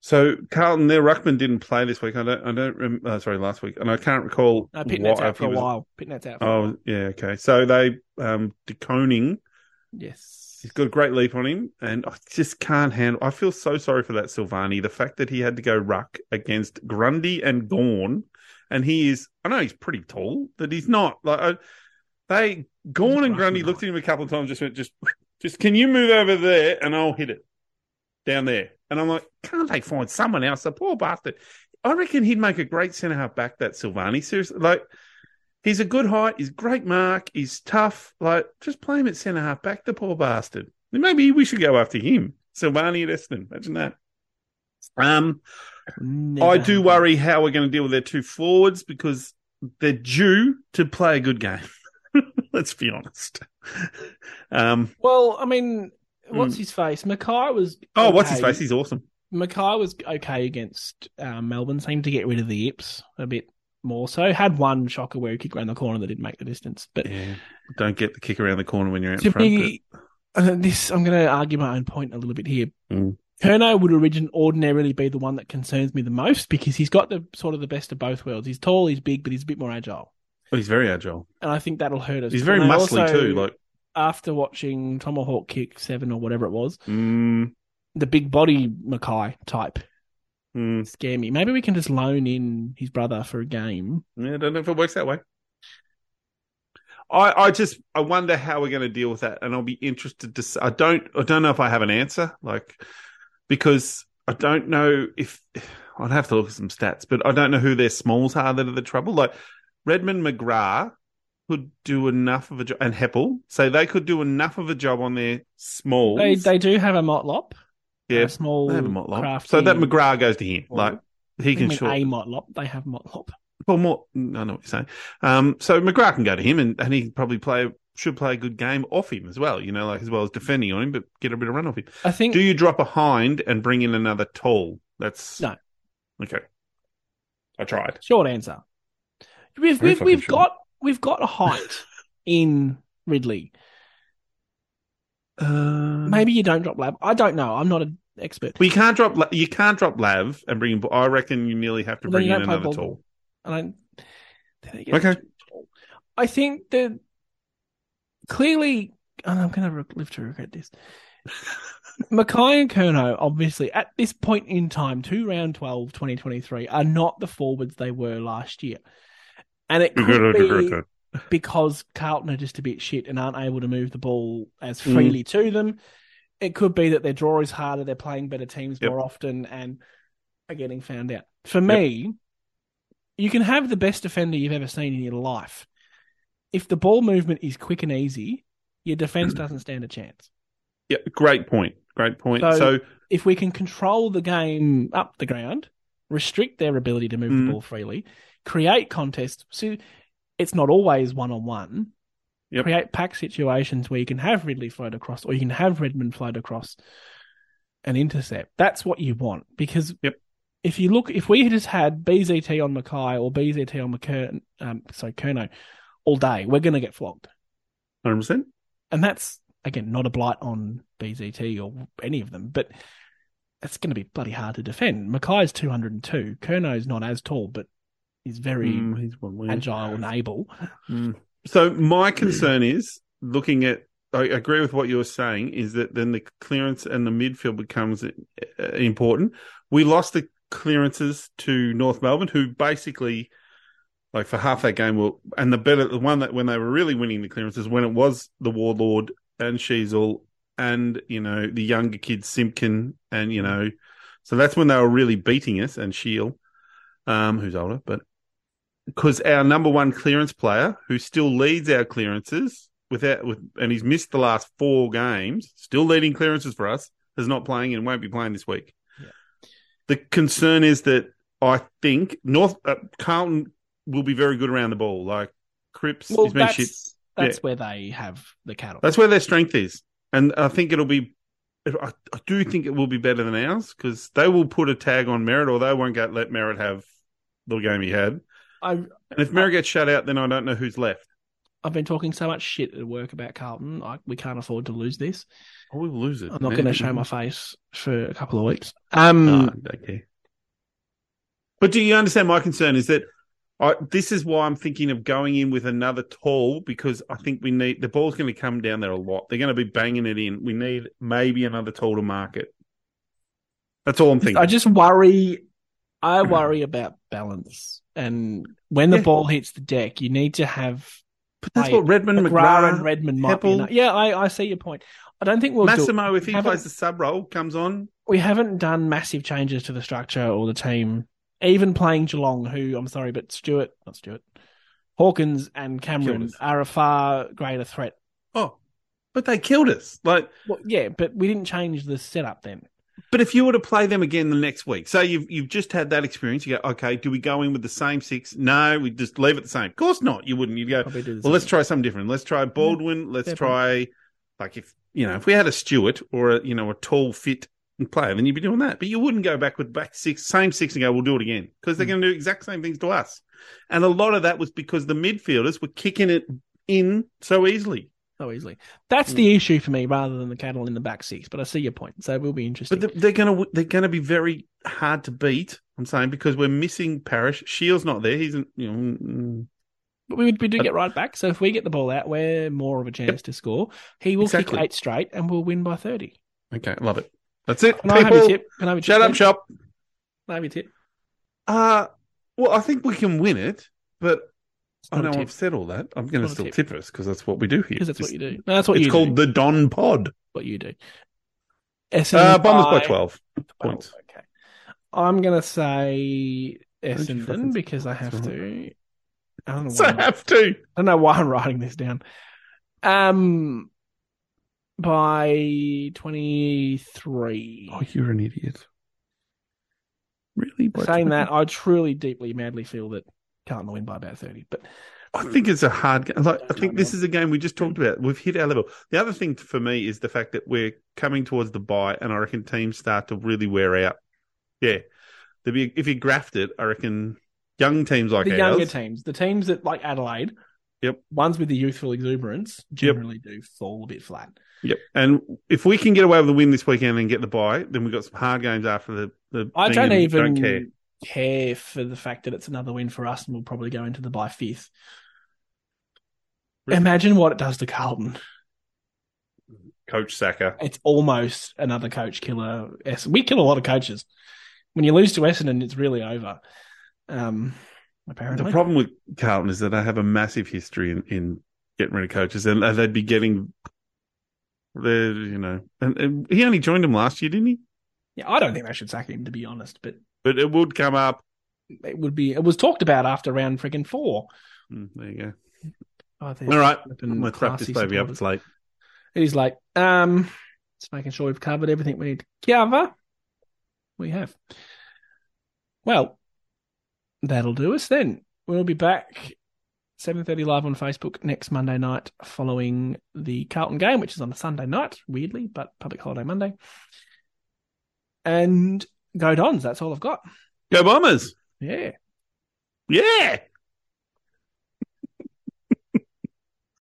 B: So Carlton, their ruckman didn't play this week. I don't. I don't. Rem- uh, sorry, last week, and I can't recall.
A: No, Uh, Pitnet's
B: why-
A: out
B: if
A: for
B: he
A: a
B: was-
A: while. Pitnet's out for a while.
B: Oh, yeah. Okay. So they um deconing.
A: Yes.
B: He's got a great leap on him, and I just can't handle. I feel so sorry for that Silvani. The fact that he had to go ruck against Grundy and Gorn, and he is. I know he's pretty tall, but he's not like. I, they Gorn and
A: ruckman.
B: Grundy looked at him a couple of times. Just went, just, just. Can you move over there, and I'll hit it down there? And I'm like, can't they find someone else? The poor bastard. I reckon he'd make a great centre half back. That Silvani, seriously, like. He's a good height. He's great mark. He's tough. Like, just play him at centre half back, the poor bastard. Then Maybe we should go after him. Silvani at Essendon. Imagine that. Um,
A: Never
B: I do
A: happened.
B: worry how we're going to deal with their two forwards because they're due to play a good game. (laughs) Let's be honest. Um,
A: Well, I mean, what's his face? Mackay was.
B: Hmm. oh, what's his
A: okay.
B: face? He's awesome.
A: Mackay was okay against uh, Melbourne. Seemed to get rid of the Ips a bit more. So had one shocker where he kicked around the corner that didn't make the distance. But
B: Yeah. Don't get the kick around the corner when you're out
A: to
B: front. but-
A: be uh, this, I'm going to argue my own point a little bit here.
B: Mm.
A: Turno would origin ordinarily be the one that concerns me the most because he's got the sort of the best of both worlds. He's tall, he's big, but he's a bit more agile,
B: but he's very agile.
A: and I think that'll hurt us.
B: He's very
A: And I
B: muscly
A: also,
B: too. Like,
A: after watching Tomahawk Kick Seven or whatever it was,
B: mm,
A: the big body Mackay type
B: mm.
A: scare me. Maybe we can just loan in his brother for a game.
B: Yeah, I don't know if it works that way. I, I just I wonder how we're going to deal with that, and I'll be interested to. s- I don't I don't know if I have an answer, like because I don't know if I'd have to look at some stats, but I don't know who their smalls are that are the trouble. Like Redmond McGrath could do enough of a job, and Heppel, so they could do enough of a job on their small.
A: They they do have a Motlop.
B: Yeah,
A: a small
B: They have a Motlop.
A: crafty-
B: So that McGrath goes to him.
A: Or-
B: Like he
A: I
B: can
A: mean
B: short.
A: a Motlop. They have Motlop.
B: Well, more. I know what you're saying. Um, so McGrath can go to him, and, and he can probably play should play a good game off him as well. You know, like as well as defending on him, but get a bit of run off him.
A: I think
B: Do you drop behind and bring in another tall? That's
A: No.
B: Okay, I tried.
A: short answer. We've
B: Very
A: we've,
B: fucking
A: we've
B: short.
A: got we've got a
B: (laughs)
A: height in Ridley.
B: Um,
A: Uh, Maybe you don't drop Lab. I don't know. I'm not an expert.
B: we can't drop. La- You can't drop Lav and bring. in I reckon you nearly have to
A: Well, then
B: bring
A: you
B: in
A: don't play
B: another
A: Baldwin.
B: tall.
A: and I then it gets
B: Okay.
A: too tall. I think that clearly, and I'm going to re- live to regret this. Mackay and Kerno, obviously, at this point in time, to round 12, 2023, are not the forwards they were last year. And it could be because Carlton are just a bit shit and aren't able to move the ball as
B: Mm.
A: freely to them. It could be that their draw is harder, they're playing better teams
B: Yep.
A: more often and are getting found out. For me, you can have the best defender you've ever seen in your life. If the ball movement is quick and easy, your defense
B: (clears throat)
A: doesn't stand a chance.
B: Yeah, great point. Great point.
A: So-
B: so
A: If we can control the game up the ground, restrict their ability to move
B: Mm.
A: the ball freely, create contests. So it's not always one on one,
B: Yep.
A: create pack situations where you can have Ridley float across or you can have Redmond float across and intercept. That's what you want because
B: Yep.
A: if you look, if we had just had BZT on Mackay or BZT on McKern, um, sorry, Kerno all day, we're going to get flogged.
B: hundred percent.
A: And that's, again, not a blight on BZT or any of them, but it's going to be bloody hard to defend. Mackay's 202. Kerno's not as tall, but he's very
B: Mm, he's one way.
A: agile and able.
B: So my concern is looking at. I agree with what you were saying. Is that then the clearance and the midfield becomes uh, important. We lost the clearances to North Melbourne, who basically, like for half that game, were and the better the one that when they were really winning the clearances when it was the Warlord and Sheasel and you know the younger kids Simpkin and you know, so that's when they were really beating us and Shield, um, who's older, but because our number one clearance player, who still leads our clearances without with, and he's missed the last four games, still leading clearances for us, is not playing and won't be playing this week.
A: Yeah.
B: The concern is that I think North uh, Carlton will be very good around the ball, like Cripps
A: Well,
B: is been
A: that's,
B: shit.
A: that's
B: Yeah.
A: where they have the cattle.
B: That's where their strength is, and I think it'll be. I, I do think it will be better than ours because they will put a tag on Merritt, or they won't get, let Merritt have the game he had.
A: I,
B: And if Merritt gets shut out, then I don't know who's left.
A: I've been talking so much shit at work about Carlton. I, we can't afford to lose this.
B: I will lose it.
A: I'm not
B: man.
A: going to show my face for a couple of weeks. Um,
B: No, I don't care. But do you understand my concern? Is that I, this is why I'm thinking of going in with another tall because I think we need the ball's going to come down there a lot. They're going to be banging it in. We need maybe another tall to mark it. That's all I'm thinking.
A: I just worry. I worry about balance. And when the
B: Yeah.
A: ball hits the deck, you need to have
B: but that's
A: play
B: what Redmond
A: McGrath
B: McGrath,
A: and Redmond might be.
B: Heppel.
A: enough. Yeah, I, I see your point. I don't think we'll do it.
B: Massimo, if he
A: Haven't-
B: plays the sub role, comes on.
A: we haven't done massive changes to the structure or the team. Even playing Geelong, who I'm sorry, but Stewart, not Stewart, Hawkins and Cameron
B: Killed us.
A: are a far greater threat.
B: Oh, but they killed us. Like
A: Well, yeah, but we didn't change the setup then.
B: But if you were to play them again the next week, say you've you've just had that experience, you go, okay, do we go in with the same six? No, we just leave it the same. Of course not. You wouldn't. You'd go,
A: Probably do the
B: well, let's
A: same.
B: try something different. Let's try Baldwin. Let's
A: Fair
B: try like if you know if we had a Stewart or a you know a tall fit player, then you'd be doing that. But you wouldn't go back with back six, same six, and go, we'll do it again because they're
A: Mm.
B: going to do exact same things to us. And a lot of that was because the midfielders were kicking it in so easily.
A: so easily. That's
B: Hmm.
A: the issue for me, rather than the cattle in the back six. But I see your point, so it will be interesting.
B: But the- they're going to they're going to be very hard to beat. I'm saying because we're missing Parish. Shield's not there. He's an- you know. mm,
A: But we, we do
B: But-
A: get right back. So if we get the ball out, we're more of a chance to score. He will
B: Exactly.
A: kick eight straight and we'll win by 30.
B: Okay, love it. That's it.
A: Can I have your
B: people.
A: tip? Can I have your tip?
B: Shut up,
A: please?
B: shop.
A: Can I have your tip?
B: Uh well, I think we can win it, but
A: It's
B: I
A: not a
B: know
A: tip,
B: Oh, I've said all that. I'm going
A: Not
B: to
A: a
B: still
A: tip.
B: tip us because that's what we do here.
A: Because that's what
B: It's-
A: you do. No, that's what
B: it's
A: you do.
B: called the Don Pod.
A: what you do. Essendon
B: Uh, Bombers by twelve. points.
A: Okay. I'm going to say
B: you fucking
A: Essendon
B: say
A: because I
B: points,
A: have
B: all
A: to. I don't know.
B: So
A: why.
B: I have to.
A: I don't know why I'm writing this down. Um, by 23.
C: Oh, you're an idiot. Really? By
A: Saying
C: 20?
A: that, I truly, deeply, madly feel that Carlton will win by about 30. But
B: I think it's a hard game. Like, I think this is a game we just talked about. We've hit our level. The other thing for me is the fact that we're coming towards the bye, and I reckon teams start to really wear out. Yeah, there be if you graft it, I reckon young teams like
A: the
B: ours.
A: younger teams, the teams that like Adelaide,
B: Yep.
A: ones with the youthful exuberance generally do fall a bit flat.
B: Yep. And if we can get away with the win this weekend and get the bye, then we've got some hard games after the. the
A: I
B: thing
A: don't
B: and
A: even
B: don't care.
A: care. for the fact that it's another win for us and we'll probably go into the by fifth.
B: Really?
A: Imagine what it does to Carlton.
B: Coach Saka.
A: It's almost another coach killer. Ess- We kill a lot of coaches. When you lose to Essendon, it's really over. Um, apparently,
B: The problem with Carlton is that they have a massive history in, in getting rid of coaches, and they'd be getting the you know, and, and he only joined them last year, didn't he?
A: yeah, I don't think they should sack him to be honest, but
B: But it would come up.
A: it would be. It was talked about after round friggin' four.
B: Mm, there you go.
A: Oh,
B: All right,
A: flipping
B: I'm going to wrap this
A: classy
B: baby up.
A: supporters.
B: It's late.
A: It is late. Um, just making sure we've covered everything we need to cover. We have. Well, that'll do us then. We'll be back 7.30 live on Facebook next Monday night following the Carlton game, which is on a Sunday night, weirdly, but public holiday Monday. And go Dons. That's all I've got.
B: Go Bombers!
A: Yeah.
B: Yeah.